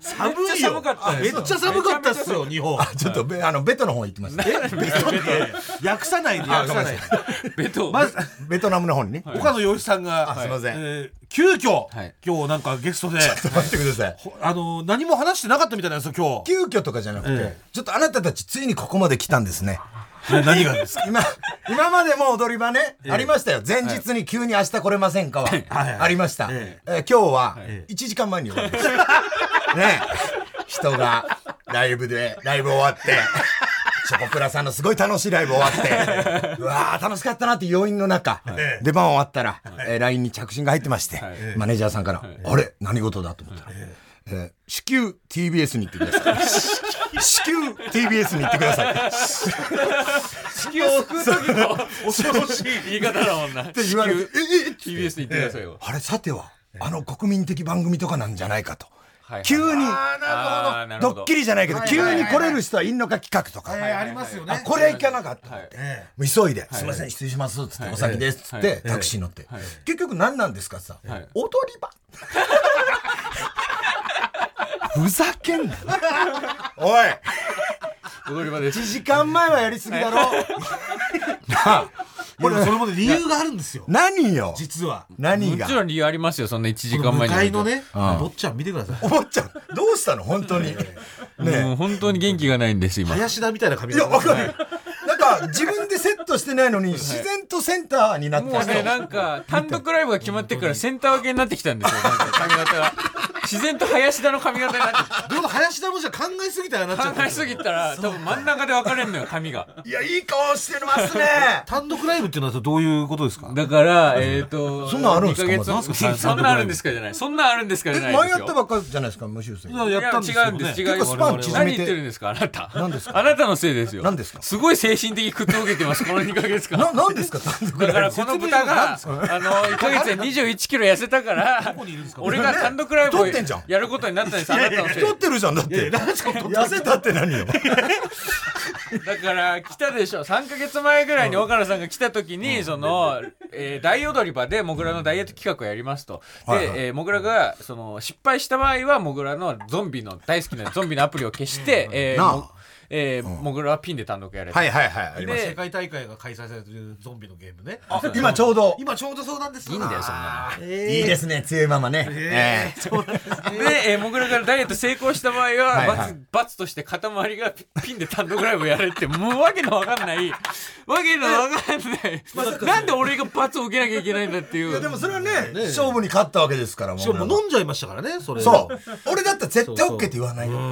Speaker 2: 寒
Speaker 1: めっ
Speaker 2: い
Speaker 1: ちゃ
Speaker 2: よ
Speaker 1: 寒かった
Speaker 2: め
Speaker 1: で
Speaker 2: っ
Speaker 1: す
Speaker 2: ちゃ寒かったっすよ日本
Speaker 3: ちょっとべ、あの、ベトの方行ってました。
Speaker 2: ベトナ訳さないで訳さないで
Speaker 1: ベト。
Speaker 2: まず
Speaker 3: ベトナムの方にね。お
Speaker 2: 岡野陽一さんが
Speaker 3: あすいません
Speaker 2: えー急遽
Speaker 1: はい
Speaker 2: 今日なんかゲス トで
Speaker 3: 待ってください。
Speaker 2: ほあの何も話してなかったみたいなんですよ今
Speaker 3: 急遽とかじゃなくて、
Speaker 2: え
Speaker 3: ちょっとあなたたちついにここまで来たんですね。
Speaker 2: 日ね何がですか
Speaker 3: 今、今までも踊り場ね、ありましたよ。前日に急に明日来れませんかは、
Speaker 2: はい
Speaker 3: ありました。
Speaker 2: え
Speaker 3: えー今日は
Speaker 2: ええ
Speaker 3: 1時間前に終わりました。ねえ人がライブで、ライブ終わって、チョコプラさんのすごい楽しいライブ終わって、うわー楽しかったなって余韻の中、
Speaker 2: ええ
Speaker 3: 出番終わったら、えー LINE に着信が入ってまして、
Speaker 1: はい
Speaker 3: マネージャーさんから、あれ何事だと思ったら、えー至急 TBS に行ってください。至急 TBS に行ってください。
Speaker 1: 地球を救う時の
Speaker 2: 恐ろしい
Speaker 1: 言い方だもんな。
Speaker 3: って言われて、え、え、
Speaker 1: TBS に行ってくださいよ。
Speaker 3: あれ、さては、あの国民的番組とかなんじゃないかと。
Speaker 1: はいはい
Speaker 3: 急に、
Speaker 1: あーなる
Speaker 3: ド
Speaker 1: ほど。
Speaker 3: ッキリじゃないけど、
Speaker 2: はいはいは
Speaker 3: 急
Speaker 2: い
Speaker 3: に来れる人はいんのか企画とか。
Speaker 2: えーありますよ
Speaker 3: あ
Speaker 2: ね
Speaker 3: これはいかなかったって。
Speaker 2: ええ
Speaker 3: もう急いで、すいません、失礼します、つって、お先です、つって、タクシー乗って。結局何なんですかさ、踊
Speaker 1: い
Speaker 3: り場。ふざけんな。おい
Speaker 1: 踊り場です。
Speaker 3: !1 時間前はやりすぎだろなあ
Speaker 2: これそれもね理由があるんですよ
Speaker 3: 何よ
Speaker 2: 実は
Speaker 3: 何
Speaker 1: も
Speaker 3: が
Speaker 1: ちろん理由ありますよ。そんな1時間
Speaker 2: この向
Speaker 1: 前に。
Speaker 2: かいの。ね
Speaker 3: うん
Speaker 2: 坊っちゃん見てください
Speaker 3: お坊ちゃん、どうしたの本当に。ね
Speaker 1: もう本当に元気がないんです今。
Speaker 2: 林田みたいな髪
Speaker 3: いや、
Speaker 2: 型
Speaker 3: わかる。なんか、自分でセットしてないのに、自然とセンターになって
Speaker 1: も
Speaker 3: た
Speaker 1: う
Speaker 3: 人
Speaker 1: ね、なんか、単独ライブが決まってからセンター分けになってきたんですよ、なんか髪型が。自然と林田の髪型になって
Speaker 2: どうだ林田もじゃあ考えすぎたらなっちゃっ
Speaker 1: 考
Speaker 2: た
Speaker 1: えすぎたら、多分真ん中で分かれんのよ、髪が。
Speaker 3: いや、いい顔してますね。
Speaker 2: 単独ライブっていうのはどういうことですか
Speaker 1: だから、えっ、と、
Speaker 3: そんなんあるんですか
Speaker 1: 二ヶ月
Speaker 3: ま
Speaker 2: ず
Speaker 1: そんなんあるんですかじゃない。そんなんあるんですかじ
Speaker 3: え、
Speaker 1: ゃない
Speaker 3: 前
Speaker 1: で
Speaker 3: や
Speaker 1: す
Speaker 3: っ
Speaker 1: よ
Speaker 3: た。ばっかじゃないですか、無修 正。
Speaker 2: いややったんです
Speaker 1: 違
Speaker 2: よ
Speaker 1: うん
Speaker 2: ね
Speaker 1: です、違
Speaker 3: 結構スパン縮めて
Speaker 1: 何言ってるんですか、あなた。
Speaker 3: 何です
Speaker 1: あなたのせいですよ。
Speaker 3: 何ですか
Speaker 1: すごい精神的苦痛を受けて ます、この2ヶ月間。
Speaker 3: な、なんですか、単独
Speaker 1: だか
Speaker 3: ライ
Speaker 1: ら
Speaker 3: ブ。
Speaker 1: この豚が、あの、1ヶ 月で21キロ痩せたから、俺が単独ライブを
Speaker 3: 太ってんじゃん
Speaker 1: やることになったんです、あなたのせいで
Speaker 3: 太ってるじゃん、だって。痩せたって何よ。
Speaker 1: だから来たでしょ3か月前ぐらいに岡野さんが来た時に、その、えー大踊り場でもぐらのダイエット企画をやりますと、
Speaker 3: はいはい
Speaker 1: で、えー、もぐらがその失敗した場合はもぐらのゾンビの大好きなゾンビのアプリを消して、えー
Speaker 3: なあ
Speaker 1: もえーもぐらはピンで単独やれと、
Speaker 3: はいはいはい、ありま
Speaker 1: で
Speaker 2: 世界大会が開催されてるゾンビのゲームね
Speaker 3: す。今ちょうど。
Speaker 2: 今ちょうどそうなんです
Speaker 1: いいんだよそんなの
Speaker 2: あー
Speaker 3: いいですね、強いままね。ええ
Speaker 1: で、えー、もぐらがダイエット成功した場合は
Speaker 3: はいはい
Speaker 1: 罰罰として塊がピピンで単独ライブやれってもうわけのわかんないわけのわかんない、なんで俺が罰を受けなきゃいけないんだっていう。
Speaker 3: いやでもそれはね、勝負に勝ったわけですから、も
Speaker 2: しかも飲んじゃいましたからねそれ
Speaker 3: そう。俺だったら絶対 OK って言わないよ。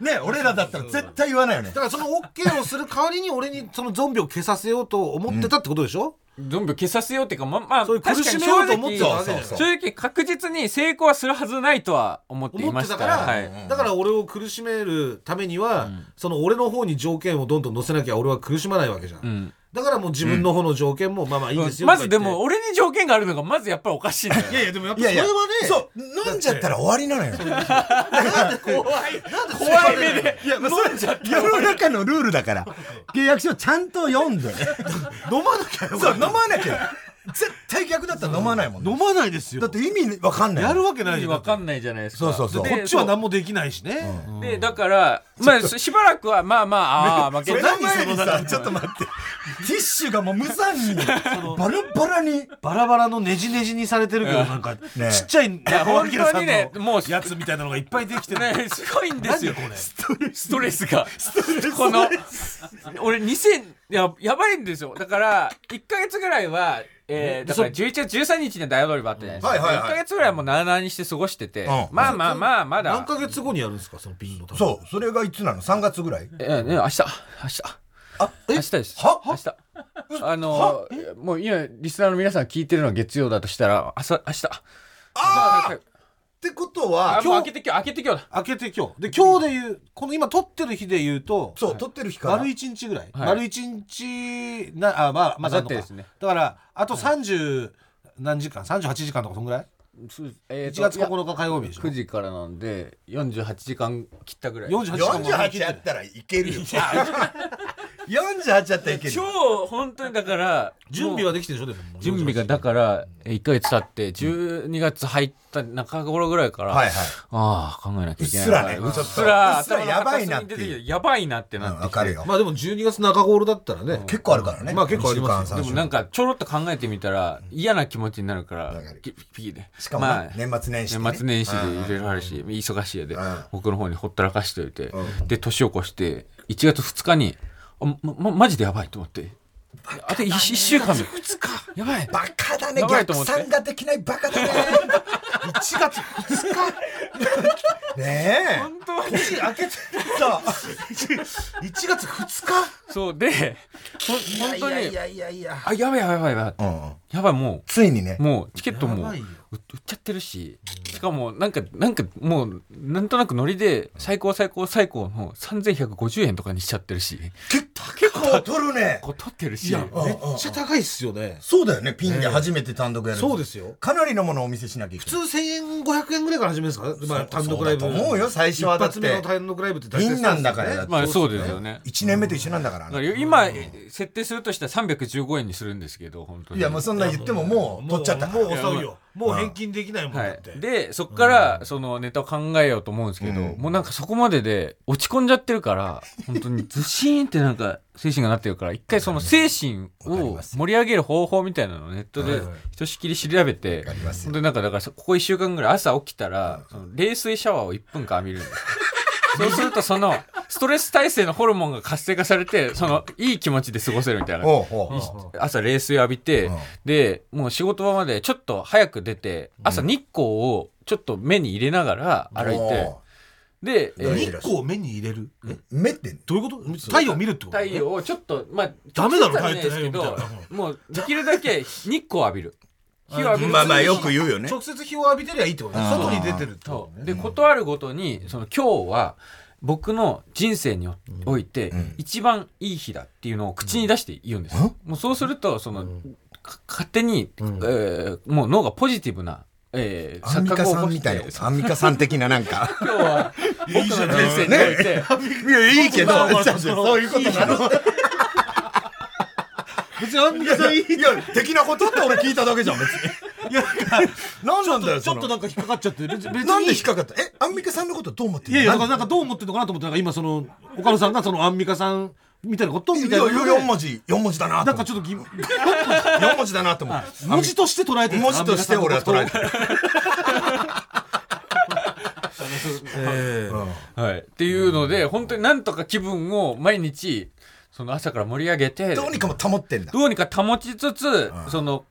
Speaker 3: ね、俺らだったら絶対言わないよね
Speaker 2: だ。からその OK をする代わりに俺にそのゾンビを消させようと思ってたってことでしょ、
Speaker 1: ゾンビを消させようっていうか、ま、まあ、
Speaker 2: そういう苦
Speaker 1: 確か
Speaker 2: し
Speaker 1: に正
Speaker 2: めよう
Speaker 1: 直
Speaker 2: と思ってたわけじゃない
Speaker 3: そうそうそう
Speaker 1: 正直確実に成功はするはずないとは思ってい
Speaker 2: 思
Speaker 1: ま
Speaker 2: って
Speaker 1: した
Speaker 2: たから、
Speaker 1: はい
Speaker 2: だから俺を苦しめるためには、その俺の方に条件をどんどん乗せなきゃ俺は苦しまないわけじゃん、
Speaker 1: ん
Speaker 2: だからもう自分の方の条件もまあまあいいですよ、
Speaker 1: ま
Speaker 2: と
Speaker 1: ず
Speaker 2: か
Speaker 1: で
Speaker 2: 言って
Speaker 1: も俺に条件があるのがまずやっぱりおかしいんだよ
Speaker 2: いやいやでもやっぱ
Speaker 3: い
Speaker 2: そ
Speaker 3: やい
Speaker 2: れ
Speaker 3: や
Speaker 2: はね
Speaker 3: そう飲んじゃったら終わりなのよ
Speaker 2: 怖いなんでそこま
Speaker 1: 怖い
Speaker 2: で
Speaker 1: 目で
Speaker 3: い や、まあ、それ世の中のルールだから契約書ちゃんと読んで
Speaker 2: 飲まなきゃよ
Speaker 3: そう飲まなきゃ絶対逆だったら飲まないもん、ね、
Speaker 2: 飲まないですよ
Speaker 3: だって意味わかんない
Speaker 2: やるわけ
Speaker 1: 意
Speaker 2: ない
Speaker 1: 味
Speaker 2: じゃん
Speaker 1: わかんないじゃないですか
Speaker 3: そうそうそう
Speaker 1: で
Speaker 2: こっちは何もできないしね、
Speaker 1: そうでだからまあしばらくはまあまああ あ負
Speaker 3: そ
Speaker 1: け
Speaker 3: れ
Speaker 1: た
Speaker 3: 何前にさちょっと待ってティッシュがもう無残にバラバラに
Speaker 2: バラバラのねじねじにされてるけどなんかち
Speaker 3: ね
Speaker 2: っちゃい中尾明
Speaker 1: 本当
Speaker 2: さん
Speaker 1: にねもう
Speaker 2: のやつみたいなのがいっぱいできてる
Speaker 1: ねすごいんですよ
Speaker 2: 何これ
Speaker 1: ストレスがこの俺2000ややばいんですよだから1か月ぐらいはえー、だから11月13日に大踊り場あったじゃないですか、
Speaker 3: はいはいはい
Speaker 1: 1か月ぐらいはもうなあなあにして過ごしてて、
Speaker 3: うん
Speaker 1: まあまあまあまだ
Speaker 2: 何ヶ月後にやるんですかそのピンのため
Speaker 3: そうそれがいつなの3月ぐらい
Speaker 1: ええね明日明日
Speaker 3: あえ
Speaker 1: 明日です
Speaker 3: は
Speaker 1: 明日あのもう今リスナーの皆さん聞いてるのは月曜だとしたら朝明日ああ
Speaker 3: てこと
Speaker 1: あ
Speaker 3: は、
Speaker 1: もう開けて今日開けて今日だ
Speaker 2: 明けて今日で今日で言うこの今撮ってる日で言うと
Speaker 3: そう、撮ってる日から
Speaker 2: 丸。一日ぐらい、
Speaker 1: はい
Speaker 2: 丸一日なあまあ
Speaker 1: 混
Speaker 2: まだ
Speaker 1: ざ
Speaker 2: あ
Speaker 1: っ
Speaker 2: んの
Speaker 1: て
Speaker 2: か
Speaker 1: ですね
Speaker 2: だからあと30何時間38時間とかそんぐらい
Speaker 1: そうえーと
Speaker 2: 1月9日火曜日でしょ
Speaker 1: 9時からなんで48時間切ったぐらい
Speaker 2: 48時間も
Speaker 3: 48やったらいけるよ。48やったらいけるよ。
Speaker 1: 超本当にだから
Speaker 2: 準備はできてるでしょでももう
Speaker 1: 準備がだから1ヶ月経って12月入った中頃ぐらいから、
Speaker 3: はいはい。
Speaker 1: ああ考えなきゃいけない
Speaker 3: うん
Speaker 1: うっ
Speaker 3: うっすらね
Speaker 1: すら
Speaker 3: うっすらやばいなってい
Speaker 1: 頭の片隅に出
Speaker 3: う
Speaker 1: きてやばいなってな
Speaker 3: う
Speaker 1: ってき
Speaker 3: ん
Speaker 1: て
Speaker 3: わかるよ。
Speaker 2: まあでも12月中頃だったらね、
Speaker 3: 結構あるからね。
Speaker 2: まあ結構ありますよ
Speaker 3: 一週間
Speaker 1: でもなんかちょろっと考えてみたら嫌な気持ちになるから
Speaker 3: わかる
Speaker 1: ピピピで
Speaker 3: しかも
Speaker 1: まあ
Speaker 3: な、年末年始ね。
Speaker 1: 年末年始
Speaker 3: うん
Speaker 1: でいろいろあるし忙しいやで
Speaker 3: うん
Speaker 1: 僕の方にほったらかしといて
Speaker 3: う
Speaker 1: で年を越して1月2日にあままマジでやばいと思ってあと 1, 週間2日やばい
Speaker 3: バカだね
Speaker 1: やばいと思
Speaker 3: 逆
Speaker 1: って
Speaker 3: 算ができないバカだね1月2日ねえ
Speaker 1: 本当に
Speaker 3: 年明けてさ1月2
Speaker 1: そうでほん
Speaker 3: 日
Speaker 1: 本当
Speaker 3: いやい
Speaker 1: に
Speaker 3: やいやいや
Speaker 1: あやばいやばいやばいやばい
Speaker 3: うん
Speaker 1: やばいも
Speaker 3: ついにね
Speaker 1: うもうチケット
Speaker 2: や
Speaker 1: も
Speaker 2: ばいよ
Speaker 1: 売売っちゃってるししかもなんかなんかもうなんとなくノリで最高最高最高の3150円とかにしちゃってるし
Speaker 3: 結構取るね
Speaker 1: こう取ってる
Speaker 2: い
Speaker 1: し
Speaker 2: や
Speaker 3: ん
Speaker 2: めっちゃ高いっすよね
Speaker 3: そうだよねピンで初めて単独やる
Speaker 2: そうですよ
Speaker 3: かなりのものをお見せしなきゃいけ
Speaker 2: 普
Speaker 3: な
Speaker 2: 通
Speaker 3: い
Speaker 2: 1500円ぐらいから始めるんですか、まあ、単独ライブ
Speaker 3: そうだと思うよ最初はだって
Speaker 2: 一発目の単独ライブって
Speaker 3: ピンなんだから
Speaker 2: そうですよね
Speaker 1: まあそうですよね
Speaker 3: 1年目と一緒なんだから
Speaker 1: だか
Speaker 3: ね
Speaker 1: ら今設定するとしたら315円にするんですけど本当に
Speaker 3: いやもうそんなん言ってももう取っちゃったか
Speaker 2: もう
Speaker 3: ら
Speaker 2: 遅いよもう返金できないもん
Speaker 1: は
Speaker 2: だっ
Speaker 1: い
Speaker 2: て、、
Speaker 1: でそこからそのネタを考えようと思うんですけど、
Speaker 3: うん
Speaker 1: もうなんかそこまでで落ち込んじゃってる から本当にずしーんってなんか精神がなってるから一回その精神
Speaker 3: わかり
Speaker 1: を
Speaker 3: ます
Speaker 1: 盛り上げる方法みたいなのをネット
Speaker 2: はい
Speaker 1: で
Speaker 2: はい
Speaker 1: ひとしきり調べて
Speaker 3: わかりますよ
Speaker 1: 本当になんかだからここ1週間ぐらい朝起きたらその冷水シャワーを1分間浴びるんです そうするとそのストレス耐性のホルモンが活性化されてそのいい気持ちで過ごせるみたいな
Speaker 3: おうおう
Speaker 1: 朝冷水浴びて、
Speaker 3: うん
Speaker 1: でもう仕事場までちょっと早く出て朝日光をちょっと目に入れながら歩いて、
Speaker 3: お
Speaker 1: で、え
Speaker 3: う
Speaker 1: ー
Speaker 3: ん
Speaker 2: 日光を目に入れる、え
Speaker 3: う目って
Speaker 2: どういうこと太陽見るってこと
Speaker 1: 太陽をちょっとまあ
Speaker 2: ダメだろ
Speaker 1: 直接は見ないですけ
Speaker 2: 帰って
Speaker 1: ど
Speaker 2: ないよみた
Speaker 1: もうできるだけ日光を浴び る日を浴びる
Speaker 3: まあまあよく言うよね
Speaker 2: 直接日を浴びてりゃいいってことね
Speaker 3: うん
Speaker 2: 外に出てるってこ
Speaker 1: そ
Speaker 2: と
Speaker 1: う
Speaker 2: ね
Speaker 1: で事あるごとにその今日は僕の人生において
Speaker 3: うん
Speaker 1: 一番いい日だっていうのを口に出して言うんですよ、もうそうするとその、か勝手に、えーもう脳がポジティブな、えー、
Speaker 3: アンミカさんみたい
Speaker 1: 錯覚を起
Speaker 3: な
Speaker 1: こして
Speaker 3: アンミカさん的ななんか
Speaker 1: 今日は僕の人生において
Speaker 3: いやいいけど
Speaker 2: まあまあ
Speaker 3: そういうことなの
Speaker 2: 別にアンミカさんいい
Speaker 3: いや、的なことって俺聞いただけじゃん、別に。
Speaker 2: いや
Speaker 3: 何なんだよ、
Speaker 2: ち
Speaker 3: そ
Speaker 2: ょっと
Speaker 3: の。
Speaker 2: なんか引っかかっちゃって別 別に
Speaker 3: なんで引っかかったえ、アンミカさんのことどう思って
Speaker 2: い
Speaker 3: る
Speaker 2: やいやだから
Speaker 3: な
Speaker 2: なんんかどう思ってるのかなと思ってなんか今その岡野さんがそのアンミカさんみたいなことみ
Speaker 3: い
Speaker 2: た
Speaker 3: や
Speaker 2: いな
Speaker 3: 4文字、4文字だな
Speaker 2: な
Speaker 3: と
Speaker 2: んか
Speaker 3: 思っ
Speaker 2: ち
Speaker 3: て。
Speaker 2: ょっとぎ
Speaker 3: 4文字だなと思っ て。
Speaker 2: 文字として捉えてる
Speaker 3: 文字として俺は捉 えてる。
Speaker 2: えー
Speaker 1: はい、っていうので本当になんとか気分を毎日その朝から盛り上げて
Speaker 3: どうにかも保ってんだ。
Speaker 1: どうにか保ちつつその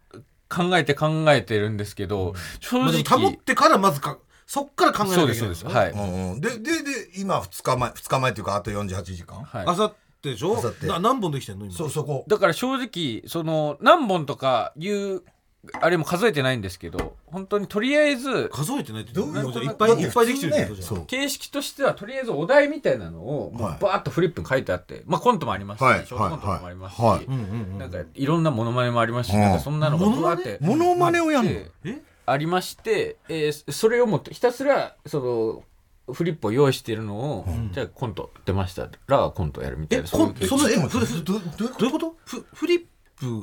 Speaker 1: 考えて考えてるんですけど正
Speaker 2: まあで
Speaker 1: 直
Speaker 2: も保ってからまずかそっから考えなきゃ
Speaker 1: そ
Speaker 2: いうけ
Speaker 1: で
Speaker 2: ない
Speaker 1: すそうですはい
Speaker 3: うんうんで、で、で、今2日前、2日前っていうか、あと48時間
Speaker 1: はい
Speaker 2: あさってでしょ
Speaker 3: 明後日
Speaker 2: な何本できてんの今
Speaker 3: そう、そこ。
Speaker 1: だから正直その何本とかいうあれも数えてないんですけど本当にとりあえず
Speaker 2: 数えてないって
Speaker 3: どういう
Speaker 2: も
Speaker 3: こと
Speaker 2: じゃあいっぱいいっぱいできてるって
Speaker 3: ね
Speaker 2: ことじ。ゃん
Speaker 3: そう。
Speaker 1: 形式としてはとりあえずお題みたいなのをもう
Speaker 3: はい
Speaker 1: バーッとフリップに書いてあって、まあ、コントもありますし、
Speaker 3: はい
Speaker 1: ショートコントもありますし、
Speaker 3: はいはい
Speaker 2: うんうんうん
Speaker 1: なんかいろんなモノマネもありますし、
Speaker 3: うん
Speaker 1: なんかそんなのが
Speaker 2: モノ
Speaker 1: バ
Speaker 2: マ
Speaker 1: ー
Speaker 2: ネ
Speaker 1: って
Speaker 3: モノマネをやんの
Speaker 1: で
Speaker 2: え
Speaker 1: ありまして、えーそれをもうひたすらそのフリップを用意してるのを、じゃあコント出ましたらコントやるみたい
Speaker 2: え
Speaker 1: な
Speaker 2: こ
Speaker 1: そうんいう
Speaker 2: そのえ
Speaker 3: ちょ
Speaker 2: フ
Speaker 3: っと
Speaker 2: リ
Speaker 3: 待ってどどどういうこ
Speaker 2: どういうことフフリップ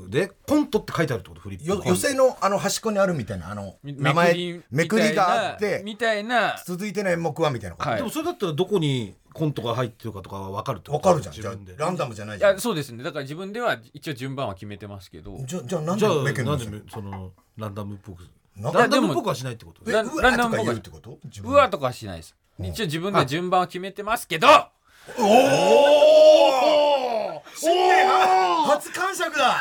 Speaker 2: でコントって書いてあるってことフリップ
Speaker 3: よ寄せのあの端っこにあるみたいな、あの、
Speaker 1: み
Speaker 3: 名前、めくりがあって、
Speaker 1: みたいな
Speaker 3: 続いての演目はみたいなこと。
Speaker 1: はい
Speaker 2: でもそれだったらどこにコントが入ってるかとかは分かるってこ
Speaker 3: わ
Speaker 2: と
Speaker 3: かるじゃん。じ
Speaker 2: 自
Speaker 3: ゃあ
Speaker 2: 分で、
Speaker 3: ランダムじゃない
Speaker 1: い
Speaker 3: じゃん
Speaker 1: や。そうですねだから自分では一応順番は決めてますけど
Speaker 3: じゃ、じゃあなん
Speaker 2: じ
Speaker 3: で
Speaker 2: ゃあ
Speaker 3: めくる
Speaker 2: な
Speaker 3: の
Speaker 2: んでそのランダムっぽく
Speaker 3: な
Speaker 2: ランダムっぽくはしないってこと
Speaker 3: え
Speaker 1: ラン
Speaker 3: う
Speaker 1: ラ
Speaker 3: わ
Speaker 1: ンダ
Speaker 3: と
Speaker 1: ム
Speaker 3: か
Speaker 1: っぽ
Speaker 3: 言
Speaker 1: いう
Speaker 3: ってこと自分
Speaker 1: う
Speaker 3: で
Speaker 1: わとかはしないです一応自分で順番は決めてますけど
Speaker 3: おお新年初感 触だ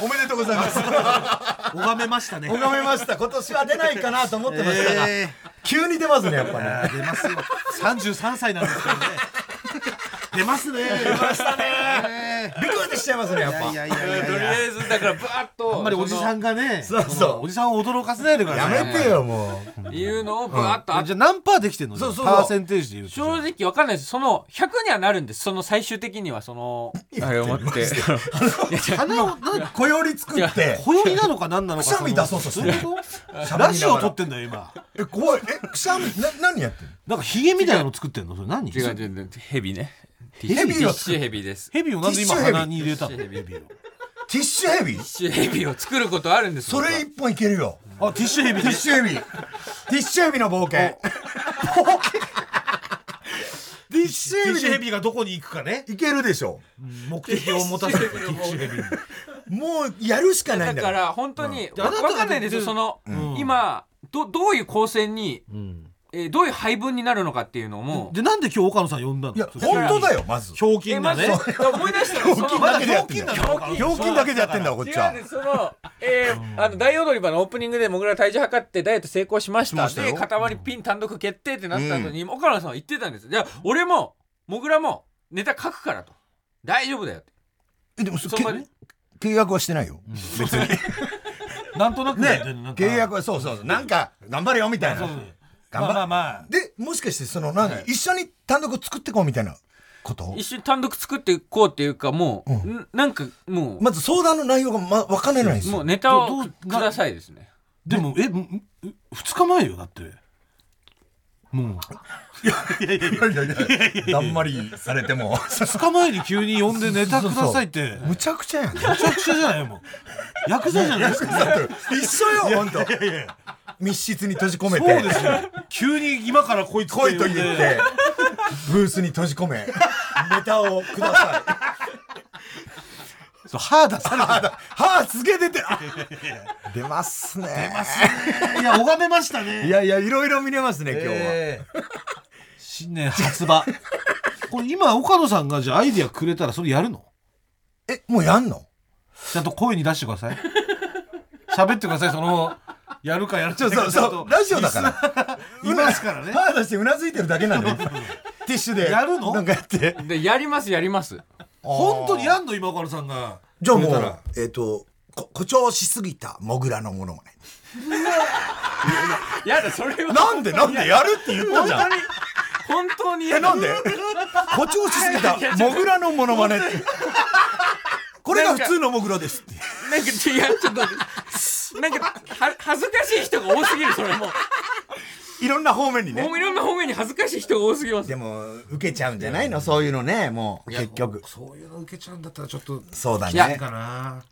Speaker 3: おめでとうございます
Speaker 2: 拝めましたね
Speaker 3: 拝めました今年は出ないかなと思ってましたが、急に出ますねやっぱね
Speaker 2: 出ますよ33歳なんですけどね出ますね出ましたね
Speaker 3: びっくりししちゃいますね、やっぱ。
Speaker 2: いやいやいやい
Speaker 1: とり
Speaker 2: や
Speaker 1: あえずだからバーッと
Speaker 2: あんまりおじさ
Speaker 1: ん
Speaker 2: んがね
Speaker 3: そうそう
Speaker 2: おじさんを驚かせないでくだ
Speaker 3: や
Speaker 2: さい
Speaker 3: めてよ、もう。
Speaker 1: いうのをバーッとあ
Speaker 2: じゃあ何パーできてんの
Speaker 3: そうそう
Speaker 2: パーセンテージで言うと
Speaker 1: 正直わかんないですその100にはなるんですその最終的にはそのあれを持って
Speaker 2: 鼻 をなんか
Speaker 3: 小より作って、
Speaker 2: 暦なのか何なのか
Speaker 3: くしゃみ出そうとする
Speaker 2: その
Speaker 3: 喋りながら
Speaker 2: ラジオ撮ってんだよ今
Speaker 3: え、怖い。え、くしゃみ、な、何やってんの
Speaker 2: なんかヒゲみたいなの作ってんのそれ何
Speaker 1: 違う違う違うヘビねティ
Speaker 3: ヘビを
Speaker 1: ッシュヘビですテ
Speaker 2: ヘビをなんで今
Speaker 3: ティッシュヘビ
Speaker 2: 鼻に入れたの
Speaker 1: テ
Speaker 2: ヘ
Speaker 1: ィッシュヘ
Speaker 2: ビを
Speaker 3: ティッシ
Speaker 1: ィッシュ
Speaker 3: ュヘビ
Speaker 1: ヘビを作ることあるんです
Speaker 3: それ
Speaker 1: 僕は
Speaker 3: 一本いけるよ。
Speaker 2: あティッシュヘビ
Speaker 3: ティッシュヘビ。ティッシュヘビの冒険。
Speaker 2: ティッシュヘビがどこに行くかね
Speaker 3: いけるでしょ。
Speaker 2: 目的を持たせてティッシュヘビに
Speaker 3: もう、やるしかないん
Speaker 1: だ
Speaker 3: だか。
Speaker 1: からら本当に
Speaker 2: うん
Speaker 1: わわかんないですよその
Speaker 2: うん
Speaker 1: 今どどういう構成に
Speaker 2: うん
Speaker 1: えーどういう配分になるのかっていうのも
Speaker 2: でなんで今日岡野さん呼んだの
Speaker 3: いや、本当だよ、まず。
Speaker 2: ひょうき
Speaker 1: え
Speaker 2: ん
Speaker 1: ま
Speaker 2: だ
Speaker 1: ず
Speaker 2: ね
Speaker 1: 思い出したのその
Speaker 3: ひょうきん
Speaker 2: まだ
Speaker 3: だけ
Speaker 2: ひ
Speaker 3: で
Speaker 2: ょ
Speaker 3: やっ
Speaker 2: う
Speaker 3: て
Speaker 2: き
Speaker 3: ん
Speaker 2: んな
Speaker 3: だ
Speaker 2: の岡野
Speaker 3: ひょうきんだけでやってんだこっ
Speaker 1: 違
Speaker 3: ちは
Speaker 1: うん。ですその、えー、あの大踊り場のオープニングで僕ら体重測ってダイエット成功しました
Speaker 3: しました
Speaker 1: で
Speaker 3: よ
Speaker 1: 塊ピン単独決定ってなった後に、岡野さんは言ってたんですじゃあ俺ももぐらもネタ書くからと大丈夫だよって
Speaker 3: えでもそ
Speaker 1: そ
Speaker 3: け
Speaker 1: こまで
Speaker 3: 契約はしてないよ。別に。
Speaker 2: なんとなく
Speaker 3: ね
Speaker 2: でなん、か
Speaker 3: 契約はそうそうそう。なんか、頑張れよ、みたいな。
Speaker 2: そう
Speaker 3: 頑
Speaker 2: まあまあ
Speaker 3: 張
Speaker 2: まあ
Speaker 3: で、もしかして、その、何一緒に単独作ってこうみたいなこと
Speaker 1: 一瞬単独作っていこうっていうかもう、
Speaker 3: うん
Speaker 1: んなんかもう、
Speaker 3: まず相談の内容がま分かれないんです
Speaker 1: もう
Speaker 3: よ。
Speaker 1: ネタを
Speaker 2: ど
Speaker 1: く
Speaker 2: どう
Speaker 1: くださいですね
Speaker 2: でも、え、んん二日前よ、だって。もう、
Speaker 3: いやい やいやだんまりされて も。
Speaker 2: 二日前に急に呼んでネタくださいって、
Speaker 3: むちゃくちゃやん。
Speaker 2: むちゃくちゃじゃないもん。ヤクザじゃないですか。
Speaker 3: 一緒よ、ほんと。
Speaker 2: いやいや、
Speaker 3: 密室に閉じ込め
Speaker 2: そう
Speaker 3: て
Speaker 2: で。すよ。急に今からこいつ
Speaker 3: 来いと
Speaker 2: 呼
Speaker 3: 言
Speaker 2: ん
Speaker 3: っ
Speaker 2: で
Speaker 3: て、ブースに閉じ込め、ネタをください。
Speaker 2: そう歯出 され
Speaker 3: あだ歯すげえ出てる。あ出ますね。出ます
Speaker 2: て。 いや、拝めましたね。
Speaker 3: いやいや、いろいろ見れますね、今日は。
Speaker 2: えー新年初場。 これ今、岡野さんがじゃあアイディアくれたらそれやるの
Speaker 3: え、もうやんの
Speaker 2: ちゃんと声に出してください。喋ってください、その、やるかやらない
Speaker 3: そう
Speaker 2: かちゃん
Speaker 3: そ
Speaker 2: と
Speaker 3: う、ラジオだから。
Speaker 2: います からね
Speaker 3: 歯出してうなずいてるだけなんで。 ティッシュで。
Speaker 2: やるの
Speaker 3: なんかや って。
Speaker 1: でやりますやります
Speaker 2: 本当にやんの今岡野さんが
Speaker 3: じゃあも
Speaker 2: くれたら
Speaker 3: う、えっと、こ誇張しすぎたモグラのものまね。
Speaker 1: やだそれは
Speaker 3: なんでなんでやるって言った
Speaker 1: 本
Speaker 3: じ
Speaker 1: 当
Speaker 3: ゃん。
Speaker 1: に本当に
Speaker 3: え、
Speaker 1: やだ
Speaker 3: なんで誇張しすぎたモグラのものま ねって。これが普通のモグラですって。
Speaker 1: なんか違うちょっ となんかは恥ずかしい人が多すぎるそれもう
Speaker 3: いろんな方面にね
Speaker 1: も。ういろんな方面に恥ずかしい人が多すぎます
Speaker 3: でも、受けちゃうんじゃないのそういうのね、もう、結局。
Speaker 2: そういうの受けちゃうんだったらちょっと
Speaker 3: そうだ
Speaker 1: いや
Speaker 3: ね。
Speaker 2: かな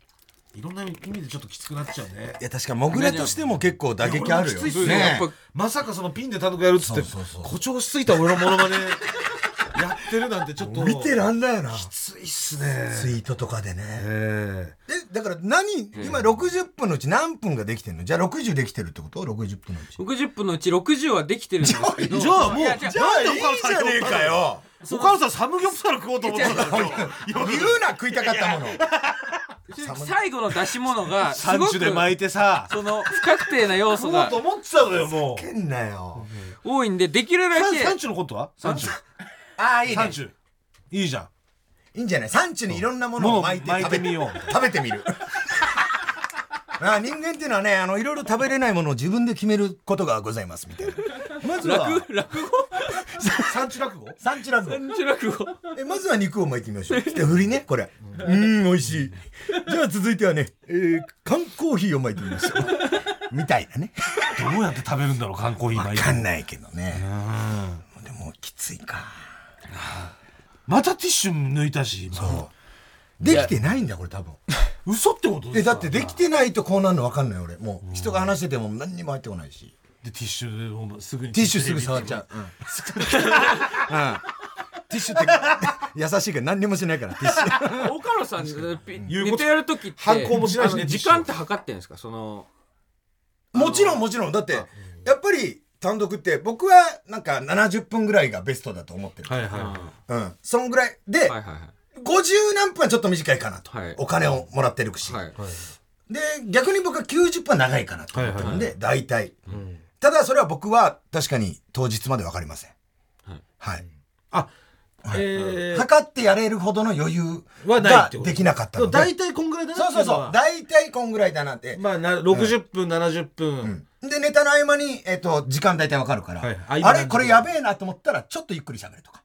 Speaker 2: いろんな意味でちょっときつくなっちゃうね
Speaker 3: いや、確か、モグラとしても結構打撃ある
Speaker 2: いや俺も
Speaker 3: よ。
Speaker 2: きついっすよ
Speaker 3: ね
Speaker 1: やっぱ
Speaker 2: まさかそのピンで単独やるっつって
Speaker 3: そうそうそう
Speaker 2: 誇張しすぎた俺のモノマネやってるなんてちょっと
Speaker 3: 見てらんないよな。
Speaker 2: きついっすね
Speaker 3: ツイートとかでね。
Speaker 2: え
Speaker 3: え、だから何、今60分のうち何分ができてんのじゃあ60できてるってこと ?60 分のうち。
Speaker 1: 60分のうち60はできてるんですけ
Speaker 2: え
Speaker 1: ど
Speaker 2: じゃあもう
Speaker 1: い
Speaker 2: じゃ
Speaker 1: や
Speaker 2: あ
Speaker 1: じゃあ
Speaker 3: あ
Speaker 2: なんでお母さんに
Speaker 3: いいじゃねえかよ
Speaker 2: お母さんサムギョプサル食おうと思ってたんだよ
Speaker 3: 言うな、食いたかったも の。
Speaker 1: 最後の出し物がす
Speaker 2: サン
Speaker 1: ご
Speaker 2: チュで
Speaker 1: く
Speaker 2: 巻いてさ
Speaker 1: その不確定な要素
Speaker 2: 食おう
Speaker 1: が
Speaker 2: と思ってたのよもう
Speaker 3: 変なよ。
Speaker 1: 多いんでできるだけ
Speaker 2: サンチュのことはサンチュ
Speaker 3: ああ、いい
Speaker 2: サン
Speaker 3: ね。
Speaker 2: チュいいじゃん
Speaker 3: いいんじゃない産地にいろんなもの
Speaker 2: も
Speaker 3: を
Speaker 2: う
Speaker 3: 巻いて
Speaker 2: 巻い
Speaker 3: 食べ
Speaker 2: てみよう
Speaker 3: 食べてみる。 あ人間っていうのはね、あの、いろいろ食べれないものを自分で決めることがございます、みたいな。まずは、
Speaker 1: 楽楽
Speaker 2: 産地落語
Speaker 3: 産地ラグ
Speaker 1: 産地落語
Speaker 3: えまずは肉を巻いてみましょう。で、振りね、これ。うーん、美味しい。じゃあ続いてはね、えー、缶コーヒーを巻いてみましょう。 みたいなね。
Speaker 2: どうやって食べるんだろう缶コーヒー巻
Speaker 3: わ
Speaker 2: いて
Speaker 3: かんないけどね。でも、きついか。
Speaker 2: またティッシュ抜いたし今
Speaker 3: できてないんだ、これ多分。
Speaker 2: 嘘ってことで
Speaker 3: え、
Speaker 2: すか
Speaker 3: だってできてないとこうなるのわかんない、俺。もう、人が話してても何にも入ってこないし。
Speaker 2: でティッシュをすぐに
Speaker 3: ティッシュすぐ触っちゃう。うん。うんティッシュって、 優しいから何にもしないから、ティッシュ。
Speaker 1: 岡野さんピ
Speaker 2: 言う
Speaker 1: ネ
Speaker 2: こと
Speaker 1: タやる時って
Speaker 2: 反抗もしないしね
Speaker 1: あの
Speaker 2: ティッ
Speaker 1: 時
Speaker 2: シュは
Speaker 1: 間って測ってんですかその
Speaker 3: もちろんもちろん。だって、やっぱり単独って、僕はなんか70分ぐらいがベストだと思ってる。
Speaker 2: はいはい
Speaker 1: うん
Speaker 2: は
Speaker 1: は
Speaker 3: うん。そんぐらい。で、
Speaker 1: いはいは
Speaker 3: 50何分はちょっと短いかなと。
Speaker 1: はい
Speaker 3: お金をもらってるし。
Speaker 1: いはい
Speaker 3: で、逆に僕は90分は長いかなと思ってるんで、大体。
Speaker 2: い、うん
Speaker 3: ただ、それは僕は確かに当日までわかりません。
Speaker 1: はい
Speaker 3: はい。
Speaker 2: あえー
Speaker 3: 測ってやれるほどの余裕
Speaker 2: はないっ
Speaker 3: が
Speaker 2: てこと
Speaker 3: できなかった
Speaker 2: そう
Speaker 3: ので。
Speaker 2: 大体こんぐらいだな
Speaker 3: そうそうそう。
Speaker 2: ってい
Speaker 3: 大体こんぐらいだなって。
Speaker 2: うのはまあな60分、70分、
Speaker 3: で、ネタの合間に、えっ、と、時間大体わかるから、
Speaker 2: はいあ今
Speaker 3: あれ
Speaker 2: 何時
Speaker 3: これやべえなと思ったら、ちょっとゆっくり喋るとか。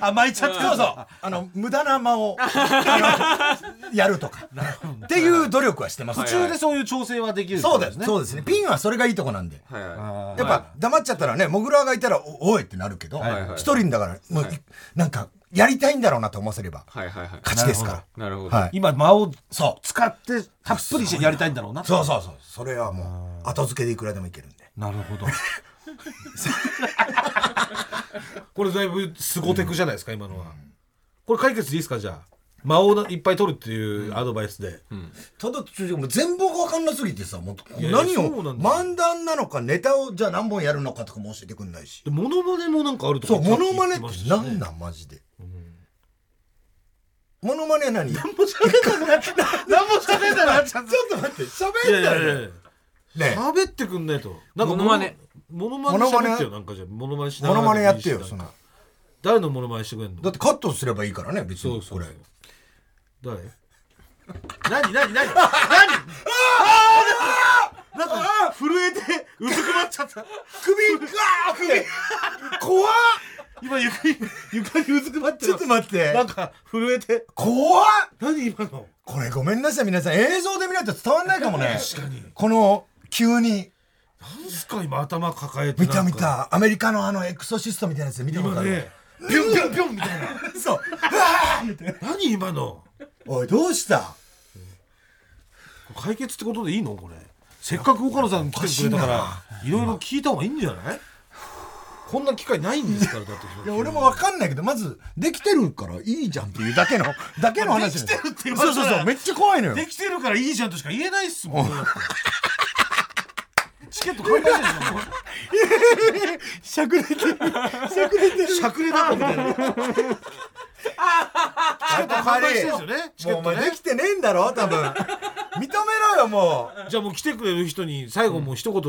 Speaker 3: 甘えちゃってそうそう。あの、無駄な間を、あのやるとか。っていう努力はしてます。
Speaker 2: 途中でそういう調整はできるって
Speaker 3: そ
Speaker 2: こ
Speaker 3: う
Speaker 2: と
Speaker 3: だ
Speaker 2: ですね
Speaker 3: そうですね。ピンはそれがいいとこなんで。
Speaker 1: はいはい
Speaker 2: あー
Speaker 3: やっぱ黙っちゃったらね、モグラがいたら、おおいってなるけど、一、
Speaker 1: はいはい
Speaker 3: 人だから、もう、なんか、やりたいんだろうなと思わせれば、
Speaker 1: はいはいはい
Speaker 3: 勝ちですか
Speaker 1: なるほど
Speaker 3: ら。はい。
Speaker 2: 今間を
Speaker 3: そ
Speaker 2: 使ってたっぷりしてやりたいんだろうな
Speaker 3: う。そうそうそう。それはもう、後付けでいくらでもいけるんで。
Speaker 2: なるほど これだいぶすごテクじゃないですか、今のはこれ解決でいいですかじゃあ間をいっぱい取るっていうアドバイスで、
Speaker 3: ただちょっともう全貌が分かんなすぎてさもう
Speaker 2: いやいや
Speaker 3: 何
Speaker 2: そう
Speaker 3: を
Speaker 2: なんだよ
Speaker 3: 漫談なのかネタをじゃあ何本やるのかとかも教えてくんないし
Speaker 2: でモノマネもなんかあるとか
Speaker 3: そうモノマネっ
Speaker 2: 言ましてたし
Speaker 3: 何
Speaker 2: ね
Speaker 3: なんマジでモノマネは 何ちょっ
Speaker 2: 何も喋んなくなっ何も喋んなくなっちゃう
Speaker 3: と待って
Speaker 2: い
Speaker 3: 喋
Speaker 2: や
Speaker 3: ん
Speaker 2: い
Speaker 3: だ
Speaker 2: やい
Speaker 3: よ
Speaker 2: や
Speaker 3: ね
Speaker 2: 喋ってくんないとなんか
Speaker 1: モノマネ
Speaker 2: モノマネ喋ってよなんかじゃあモノマネし
Speaker 3: え
Speaker 2: なが
Speaker 3: モ
Speaker 2: ら
Speaker 3: ノマネやってよ
Speaker 2: なんか
Speaker 3: その
Speaker 2: 誰のモノマネしてくれんの
Speaker 3: だってカットすればいいからね別
Speaker 2: そ
Speaker 3: に
Speaker 2: うそう
Speaker 3: これ
Speaker 2: そう誰何何何何なんか震えてうずくまっちゃった
Speaker 3: 首ガー 首怖っ
Speaker 2: 今床に床にうずくまって
Speaker 3: ち
Speaker 2: る
Speaker 3: ょっと待って
Speaker 2: なんか震えて
Speaker 3: 怖っ
Speaker 2: 何今の
Speaker 3: これごめんなさい皆さん映像で見ないと伝わんないか もねこの急に
Speaker 2: なんすか今頭抱えて
Speaker 3: 見
Speaker 2: な
Speaker 3: た
Speaker 2: んか
Speaker 3: 見たアメリカのあのエクソシストみたいなやつで見たこと
Speaker 2: 今
Speaker 3: ある、
Speaker 2: ねピョンピョンピョンみたいな
Speaker 3: そう
Speaker 2: 何今の
Speaker 3: おいどうした
Speaker 2: 解決ってことでいいのこれせっかく岡野さん来てくれたからいろいろ聞いた方がいいんじゃないこんな機会ないんですからだって
Speaker 3: いや俺もわかんないけどまずできてるからいいじゃんっていう だけのだけの話
Speaker 2: できてるって言わ
Speaker 3: そ
Speaker 2: れ
Speaker 3: う
Speaker 2: た
Speaker 3: そ
Speaker 2: ら
Speaker 3: うそうめっちゃ怖いのよ
Speaker 2: できてるからいいじゃんとしか言えないっすもんだってチケット完売じゃないですかも
Speaker 3: しゃくれてるしゃくれてる
Speaker 2: うしゃくれだろみたいなチケット完売してるんですよねチケ
Speaker 3: もうお
Speaker 2: ット
Speaker 3: 前で
Speaker 2: ね
Speaker 3: きてねえんだ ろ多分認めろよもう
Speaker 2: じゃあもう来てくれる人に最後もう一言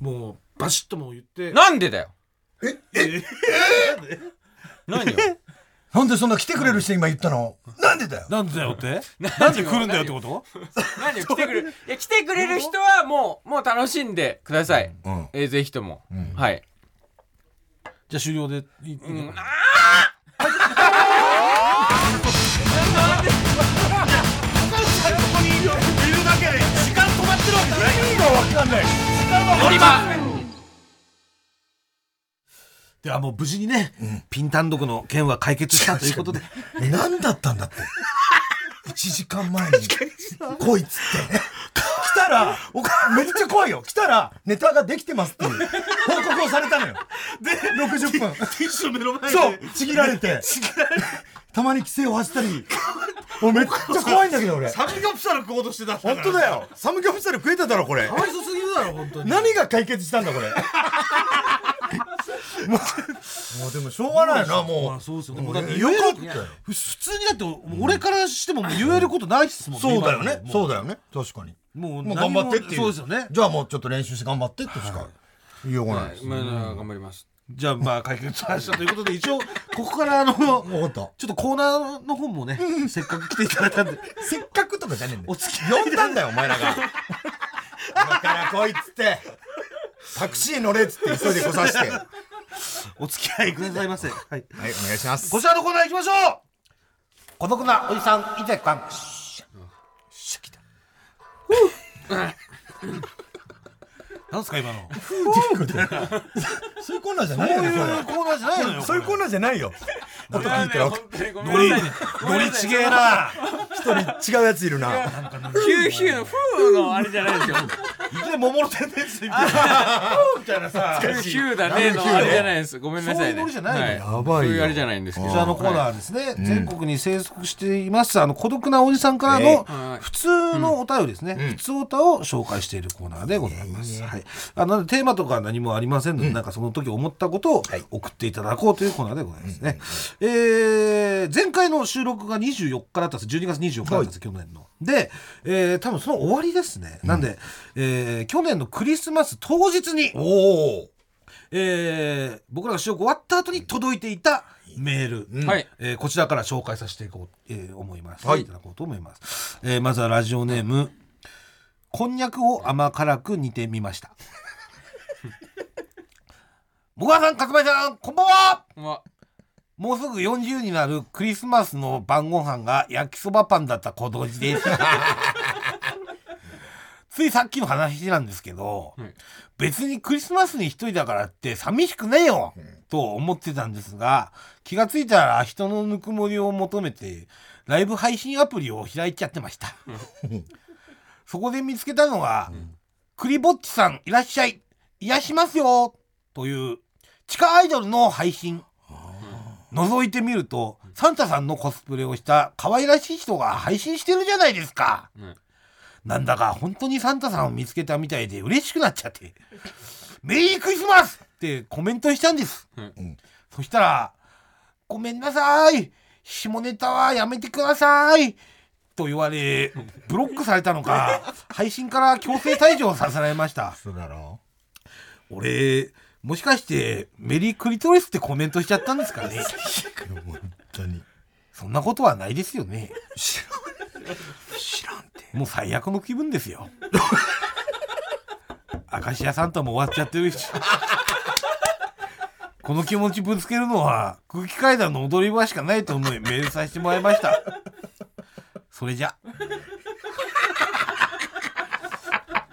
Speaker 2: もうバシッともう言って
Speaker 1: なんでだよ何よ
Speaker 3: なんでそんな来てくれる人今言ったのなんでだよ
Speaker 2: なんでだよ ってなんで来るんだよってこと
Speaker 1: 何を来てくれるいや来てくれる人はもうもう楽しんでください、
Speaker 3: うん
Speaker 1: えーぜひとも、はい
Speaker 2: じゃあ終了でいい
Speaker 1: 森場
Speaker 2: ではもう無事にね、ピン単独の件は解決したということで
Speaker 3: え何だったんだって1時間前にこいつって来たらおかめっちゃ怖いよ来たらネタができてますっていう報告をされたのよで60分
Speaker 2: ティッシュ目の前
Speaker 3: そうちぎられてたまに規制を走ったりもうめっちゃ怖いんだけど俺
Speaker 2: ムギョプサル食おうとしてた
Speaker 3: 本当だよサムギョプサル食えただろこれ
Speaker 2: かわいそすぎるだろ本当に
Speaker 3: 何が解決したんだ これもうもうでもしょうがないな
Speaker 2: ま
Speaker 3: も
Speaker 2: あ
Speaker 3: う
Speaker 2: そうですよね
Speaker 3: も
Speaker 2: もう
Speaker 3: う
Speaker 2: だって
Speaker 3: よ
Speaker 2: 言える
Speaker 3: かったよ
Speaker 2: 普通にだってお俺からしても言えることないっすもん
Speaker 3: そうだよね
Speaker 2: 今の
Speaker 3: そうだよね確かに
Speaker 2: もう
Speaker 3: もう
Speaker 2: 何
Speaker 3: 頑
Speaker 2: も
Speaker 3: 張ってっていう
Speaker 2: そうですよね
Speaker 3: じゃあもうちょっと練習して頑張ってってしか言いようがないです、
Speaker 1: まあまあ頑張ります
Speaker 2: じゃあまあ解決させたということで一応こ こからあのちょ
Speaker 3: 分かっ
Speaker 2: っとコーナーの方もねせっかく来ていただいたんで
Speaker 3: たせっかくとかじゃねえんだ
Speaker 2: お
Speaker 3: よ
Speaker 2: 付き合い
Speaker 3: 呼んだんだよお前らが今から来いっつってタクシー乗れっつって急いで来さしてはい
Speaker 2: お付き合いくださいませはい
Speaker 3: お願いします
Speaker 2: こちらのコーナー行きましょう孤独なおじさん以前か
Speaker 3: シャキだ
Speaker 2: なんすか今の
Speaker 3: ふーっていうことそういうコーナーじゃないよ
Speaker 2: そう
Speaker 3: ね
Speaker 2: いうコーナーじゃないのよ
Speaker 3: そういうコーナーじゃないよ音聞いたら
Speaker 1: 本当にごめ
Speaker 2: ノリ
Speaker 1: んなさい
Speaker 2: ノリちげえな
Speaker 3: 一人違うやついるな
Speaker 1: ヒューヒューのフーのあれじゃないですよ
Speaker 2: いきなり桃の天然水みたいなみたいなさ
Speaker 1: ヒューヒューだねのあれじゃないですごめんなさいね
Speaker 2: そういうノリじゃないの
Speaker 1: は
Speaker 3: やばい
Speaker 1: そ
Speaker 3: よ
Speaker 1: ういうあれじゃないんですけど
Speaker 2: こちらのコーナーはですね、全国に生息しています、あの、孤独なおじさんからの
Speaker 1: はい、
Speaker 2: 普通のお便りですね、普通おたを紹介しているコーナーでございます。はい。あの、テーマとか何もありませんので、なんかその時思ったことを送っていただこうというコーナーでございますね。えー前回の収録が24日だったんです。12月24日だったんです、去年の。で、えー多分その終わりですね。なんで、えー去年のクリスマス当日に、
Speaker 3: おお
Speaker 2: えー僕らが収録終わった後に届いていたメール、
Speaker 3: うん
Speaker 1: はい
Speaker 2: えーこちらから紹介させていこう、えー思います、
Speaker 3: はい
Speaker 2: い、ただこうと思います、えーまずはラジオネームこんにゃくを甘辛く煮てみました僕はさん勝間さんこんばんは
Speaker 1: ま
Speaker 2: もうすぐ40になるクリスマスの晩ご飯が焼きそばパンだった小同 時です。ついさっきの話なんですけど、
Speaker 1: はい
Speaker 2: 別にクリスマスに一人だからって寂しくねえよ、と思ってたんですが、気がついたら人のぬくもりを求めて、ライブ配信アプリを開いちゃってました。そこで見つけたのが、クリぼっちさんいらっしゃい、癒しますよ、という地下アイドルの配信。覗いてみるとサンタさんのコスプレをした可愛らしい人が配信してるじゃないですか
Speaker 1: うん
Speaker 2: なんだか本当にサンタさんを見つけたみたいで嬉しくなっちゃって「メリークリスマス!」ってコメントしたんです、
Speaker 1: うん
Speaker 3: うん
Speaker 2: そしたら「ごめんなさい下ネタはやめてください」と言われブロックされたのか配信から強制退場させられました
Speaker 3: そうだろ
Speaker 2: 俺もしかしてメリークリトリスってコメントしちゃったんです かね
Speaker 3: う本当に
Speaker 2: そんなことはないですよね
Speaker 3: 知らん知らんって
Speaker 2: もう最悪の気分ですよ。明石家さんとも終わっちゃってるし。この気持ちぶつけるのは空気階段の踊り場しかないと思いメールさせてもらいました。それじゃ。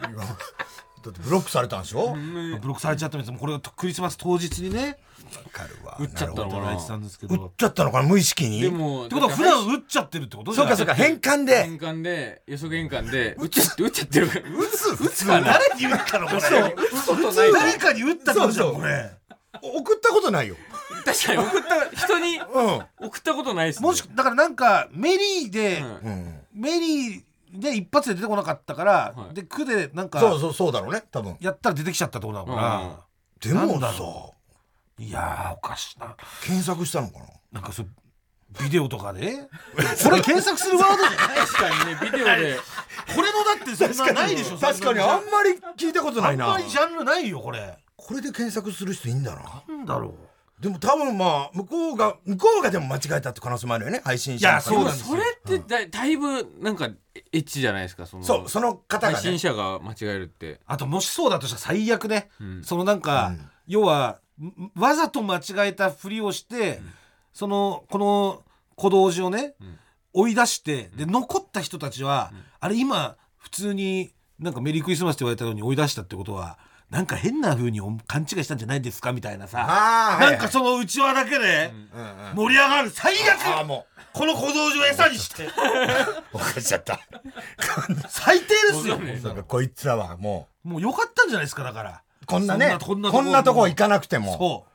Speaker 3: 今だってブロックされたんでしょわ
Speaker 2: ブロックされちゃったんですもうこれをクリスマス当日にね、
Speaker 3: かるわ
Speaker 2: 打っちゃった
Speaker 3: なる
Speaker 2: の
Speaker 3: ほ
Speaker 2: か
Speaker 3: ど
Speaker 2: なってたんですけ
Speaker 3: 打っ
Speaker 2: ど。
Speaker 3: ちゃったのかな無意識
Speaker 1: あ
Speaker 3: に
Speaker 1: でも
Speaker 2: ってことは普段打っちゃってるってことじゃ
Speaker 3: そう
Speaker 2: ない
Speaker 3: かそうか変換で
Speaker 1: 変換で予測変換で打っちゃって打っちゃってるから
Speaker 3: 打つ打つ
Speaker 1: かな
Speaker 3: 誰に打ったのこれ
Speaker 1: ことない
Speaker 2: 誰かに打ったってことじゃん、
Speaker 3: そうそう
Speaker 2: これ。
Speaker 3: 送ったことないよ
Speaker 1: 確かに送った人に
Speaker 3: う
Speaker 1: 送ったことないですね
Speaker 2: もし、だからなんかメリーで、
Speaker 1: うん
Speaker 3: んうん
Speaker 2: メリーで一発で出てこなかったから、
Speaker 1: はい
Speaker 2: で、区でなんか、
Speaker 3: そうそうそうだろうね多分
Speaker 2: やったら出てきちゃったってことだか
Speaker 3: で
Speaker 2: なん
Speaker 3: も
Speaker 2: だ
Speaker 3: さ
Speaker 2: ろら、いやーおかしいな
Speaker 3: 検索したのかな
Speaker 2: なんかそうビデオとかで これ検索するワードじゃない
Speaker 1: 確かにねビデオで
Speaker 2: これのだってそんなないでしょ
Speaker 3: 確かに
Speaker 2: あ
Speaker 3: あ
Speaker 2: ん
Speaker 3: んまり聞いたことないな
Speaker 2: まりジャンルないよこれ
Speaker 3: これで検索する人いいんだな
Speaker 2: なんだろ
Speaker 3: でも多分まあ向こうが向こうがでも間違えたって可能性もあるよね配信者
Speaker 2: いや
Speaker 1: で
Speaker 2: そう
Speaker 1: も
Speaker 2: なんです
Speaker 1: そ
Speaker 2: よ
Speaker 1: れってだだいぶなんかエッチじゃないですかその
Speaker 3: そうその方
Speaker 1: 配
Speaker 3: が
Speaker 1: 信
Speaker 3: ね
Speaker 1: 者が間違えるって
Speaker 2: あともしそうだとしたら最悪ね、
Speaker 1: うん
Speaker 2: そのなんか、
Speaker 3: うん
Speaker 2: 要はんわざと間違えたふりをして、そのこの小道寺をね、
Speaker 1: ん
Speaker 2: 追い出してで残った人たちは、あれ今普通になんかメリークリスマスって言われたのに追い出したってことはなんか変な風にお勘違いしたんじゃないですかみたいなさ
Speaker 3: ああ
Speaker 2: なんかそのうちわだけで
Speaker 3: うんうん
Speaker 2: 盛り上がる最
Speaker 3: ああ
Speaker 2: 悪
Speaker 3: も
Speaker 2: この小道寺を餌にして
Speaker 3: う分かっちゃった
Speaker 2: 最低ですよ
Speaker 1: ね
Speaker 3: なんかこいつらはも
Speaker 2: もう良かったんじゃないですかだから
Speaker 3: うこんなね
Speaker 2: そ
Speaker 3: こ
Speaker 2: ん
Speaker 3: ん
Speaker 2: な
Speaker 3: な
Speaker 2: こんなとこ
Speaker 3: とこ行かなくても
Speaker 2: そう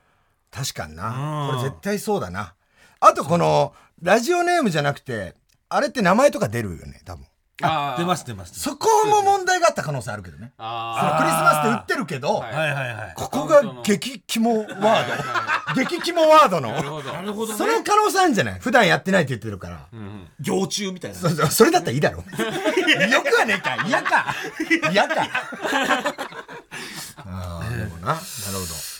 Speaker 3: 確かに
Speaker 2: うん
Speaker 3: なこれ絶対そうだなあとこのラジオネームじゃなくてあれって名前とか出るよね多分
Speaker 1: あ
Speaker 2: 出ます
Speaker 1: ね
Speaker 2: 出ます
Speaker 3: そこも問題があった可能性あるけどねその
Speaker 1: あ
Speaker 3: クリスマスって売ってるけど
Speaker 1: はい
Speaker 2: はいはいはい
Speaker 3: ここが激キモワード 激キモワード
Speaker 1: あなる
Speaker 3: の
Speaker 1: ほど
Speaker 2: なるほどね
Speaker 3: その可能性あるんじゃない普段やってないって言ってるから
Speaker 1: うんうん
Speaker 2: 行中みたいな
Speaker 3: そそそれだったらいいだろよくはねえか嫌 か嫌かああでもななる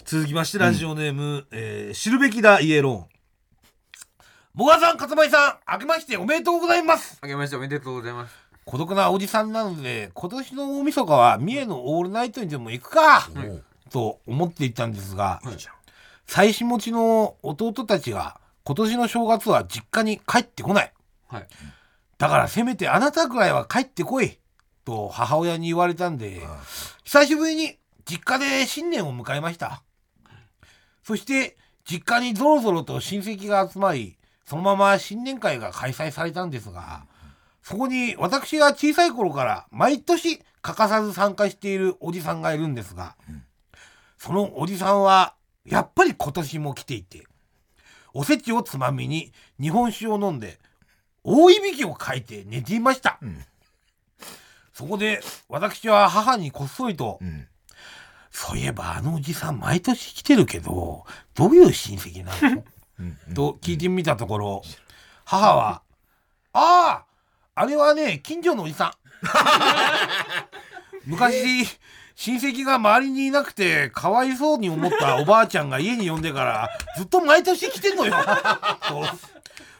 Speaker 2: 続きましてラジオネーム、えー知るべきだイエローンもがさん勝前さん明けましておめでとうございます
Speaker 1: あげましておめでとうございます
Speaker 2: 孤独なおじさんなので今年の大晦日は三重のオールナイトにでも行くか、
Speaker 3: ほど
Speaker 2: と思っていたんですが、
Speaker 3: いいじゃん
Speaker 2: 妻子持ちの弟たちが今年の正月は実家に帰ってこない
Speaker 1: はい
Speaker 2: だからせめてあなたくらいは帰ってこいと母親に言われたんで久しぶりに実家で新年を迎えましたそして実家にぞろぞろと親戚が集まりそのまま新年会が開催されたんですがそこに私が小さい頃から毎年欠かさず参加しているおじさんがいるんですがそのおじさんはやっぱり今年も来ていておせちをつまみに日本酒を飲んで大いびきをかいて寝ていました、
Speaker 3: ん
Speaker 2: そこで私は母にこっそりと、
Speaker 3: うん
Speaker 2: そういえばあのおじさん毎年来てるけどどういう親戚なの
Speaker 3: うん
Speaker 2: と聞いてみたところ、母は「あああれはね近所のおじさん」昔、親戚が周りにいなくて、かわいそうに思ったおばあちゃんが家に呼んでから、ずっと毎年来てんのよ。そう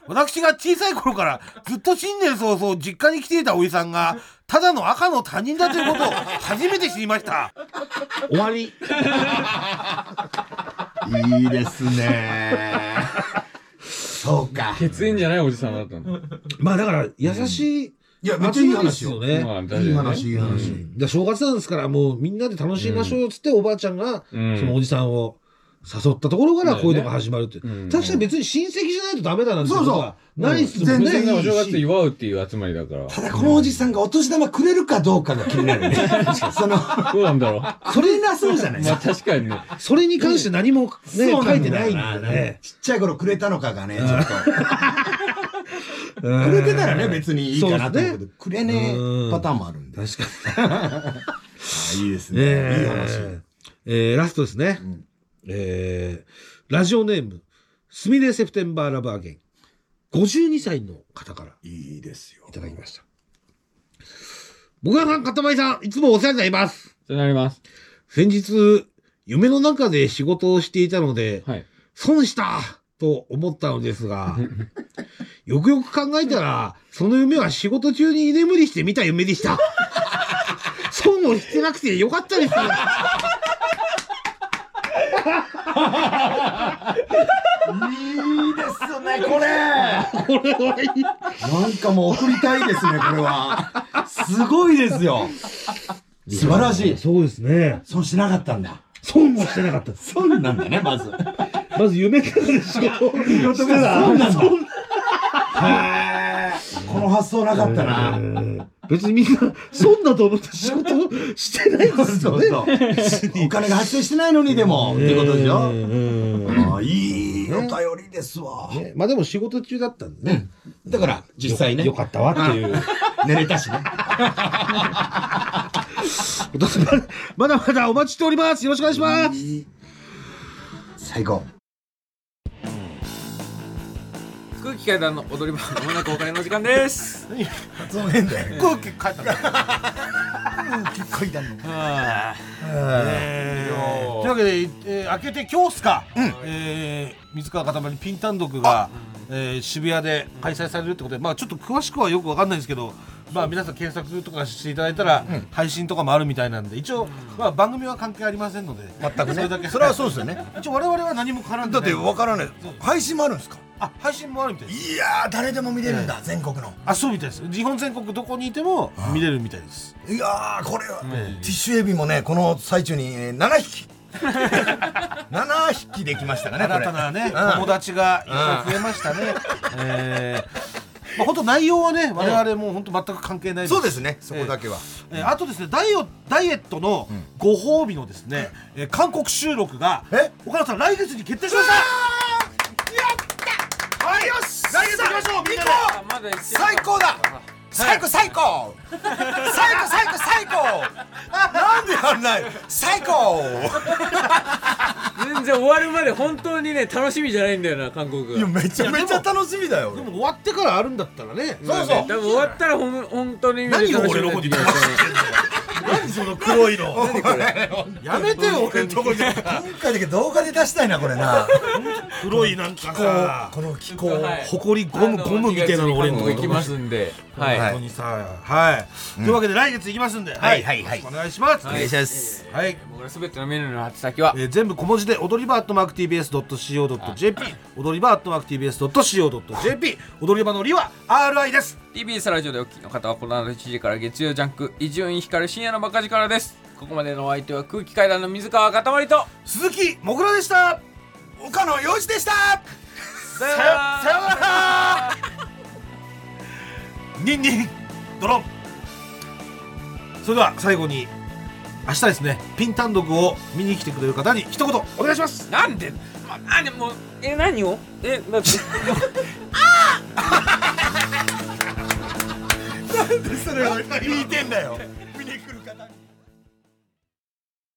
Speaker 2: 私が小さい頃からずっと新年早々実家に来ていたおじさんが、ただの赤の他人だということを初めて知りました。
Speaker 4: 終わり。いいですね。そうか。
Speaker 1: 血縁じゃないおじさんだったの。
Speaker 4: まあだから、優しい。
Speaker 3: いや、めっちゃいい話
Speaker 4: よ
Speaker 3: よ。
Speaker 4: ね。
Speaker 1: まあ大
Speaker 3: いい
Speaker 1: 丈夫ね
Speaker 3: 話、いい話。
Speaker 4: で正月なんですから、もうみんなで楽しみましょうよっつって、おばあちゃんが、そ
Speaker 1: うん
Speaker 4: のおじさんを誘ったところからこういうのが始まるって。
Speaker 1: うん
Speaker 4: 確かに別に親戚じゃないとダメだなんてことは
Speaker 3: そうそう
Speaker 4: ないっすもん
Speaker 3: 全
Speaker 4: ね。
Speaker 3: 然
Speaker 1: お正月祝うっていう集まりだから。
Speaker 3: ただこのおじさんがお年玉くれるかどうかが気になるね。その、
Speaker 1: どうなんだろう。ま
Speaker 3: くれなそうじゃない
Speaker 1: あ確かにね。
Speaker 4: それに関して何もね、
Speaker 3: そう
Speaker 4: 書
Speaker 3: ないんだよな
Speaker 4: てないんでね。
Speaker 3: ちっちゃい頃くれたのかがね、ちょっと。くれてたらね、別にいいかなと思うけど、くれねえパターンもあるんで。
Speaker 4: 確か
Speaker 3: いいです
Speaker 4: に。ねえ
Speaker 3: いい話。
Speaker 4: えーラストですね。えーラジオネーム、すみれセプテンバーラバーゲン。52歳の方から。
Speaker 3: いいですよ
Speaker 4: い。ただきました。もがさん、かたまりさん、いつもお世話になります。
Speaker 1: そうなります。
Speaker 4: 先日、夢の中で仕事をしていたので、
Speaker 1: はい。
Speaker 4: 損したと思ったのですが、よくよく考えたら、その夢は仕事中に居眠りして見た夢でした。 損をしてなくてよかったです。
Speaker 3: いいですね、これな
Speaker 4: これはいい。
Speaker 3: んかもう送りたいですね、これは。すごいですよ。素晴らしい。
Speaker 4: そうですね。
Speaker 3: 損しなかったんだ。
Speaker 4: 損をしてなかったです。
Speaker 3: 損なんだね、まず。
Speaker 4: まず夢からで仕事をしてた
Speaker 3: そうなんだ。へーこの発想なかったな。
Speaker 4: 別にみんな損だと思って仕事をしてないんです
Speaker 3: そ
Speaker 4: よ
Speaker 3: う
Speaker 4: ね。
Speaker 3: そう。お金が発生してないのにでも、ってことでしょああいいお便りですわ。
Speaker 4: ねまあでも仕事中だったんでね。
Speaker 3: だから、実際ね
Speaker 4: よ。かったわっていう。
Speaker 3: 寝れ たしね。
Speaker 4: 今年まだまだまだお待ちしております。よろしくお願いします。
Speaker 3: 最高。
Speaker 1: 空気階段の踊り場、まもなくお金の時間です。
Speaker 3: 発音変だよ。
Speaker 2: 空気変えたんだ。
Speaker 3: 結構いたの。
Speaker 1: は
Speaker 2: え
Speaker 1: いい
Speaker 2: ー
Speaker 1: よ
Speaker 2: というわけで、えー、明けて今日っすか、えー水川かたまりピン単独が、えー渋谷で開催されるってことで、まあ、ちょっと詳しくはよくわかんないんですけど、まあ、皆さん検索とかしていただいたら、配信とかもあるみたいなんで一応、まあ、番組は関係ありませんので全くそれだけ、
Speaker 3: それはそうですよね。
Speaker 2: 一応我々は何も絡んで
Speaker 3: だ
Speaker 2: ない
Speaker 3: って分からない。配信もあるんですか
Speaker 2: あ配信もあるみたいです
Speaker 3: いやー、誰でも見れるんだ、全国の。
Speaker 2: あそうみたいです日本全国どこにいても見れるみたいです
Speaker 3: いやー、これは、ティッシュエビもね、この最中にえー7匹。7匹できましたかね、こ
Speaker 2: 新
Speaker 3: れ
Speaker 2: たなね、
Speaker 3: うん
Speaker 2: 友達がいっぱい増えましたね。えーまあ、本当内容はね、我々もう本当全く関係ない
Speaker 3: そうですね、そこだけは。
Speaker 2: えーあとですね、ダイオダイエットのご褒美のですね、えー韓国収録が
Speaker 3: え、
Speaker 2: 岡野さん来月に決定しました。はい、よし、来月行きましょう、みんなで。
Speaker 1: あまだ行ってない
Speaker 3: 最高だ最高最高最高最高最高なんでやんない最高
Speaker 1: 全然終わるまで本当にね、楽しみじゃないんだよな、韓国が。
Speaker 3: いやめちゃめちゃ楽しみだよ
Speaker 2: でも終わってからあるんだったらね、
Speaker 3: そうそう
Speaker 1: 多分終わったらほん本当に
Speaker 2: 何を俺のこと言ってんの何その黒い の。 やめてよ、俺のとこで。
Speaker 3: 今回だけ動画で出したいなこれな
Speaker 2: 黒いなんかさ。
Speaker 3: この気候
Speaker 1: はい
Speaker 2: 埃ゴムゴムみたいなの俺のとこ
Speaker 1: 行きますんで、は、
Speaker 2: はいい、本当にさ、はい、というわけで来月行きますんで、
Speaker 3: はいはいはい
Speaker 2: よろしくお願いします。
Speaker 1: お願いします。
Speaker 2: はい。
Speaker 1: 僕らすべてのメニューの宛先は、
Speaker 2: えー全部小文字で踊り場 at mark tbs co jp 踊り場 at mark tbs co jp 踊り場のりは ri です。
Speaker 1: TBS ラジオでお聞きの方はこの後1時から月曜ジャンク伊集院光深夜のバカ力です。ここまでのお相手は空気階段の水川かたまりと、
Speaker 2: 鈴木もぐらでした。
Speaker 3: 岡野陽一でした
Speaker 1: さよ
Speaker 2: さよなら。ニンニンドロン。それでは最後に明日ですねピン単独を見に来てくれる方に一言お願いします。
Speaker 1: なんで、ま、なんでもう、え、何をえ、だって。
Speaker 3: それは聞いてんだよ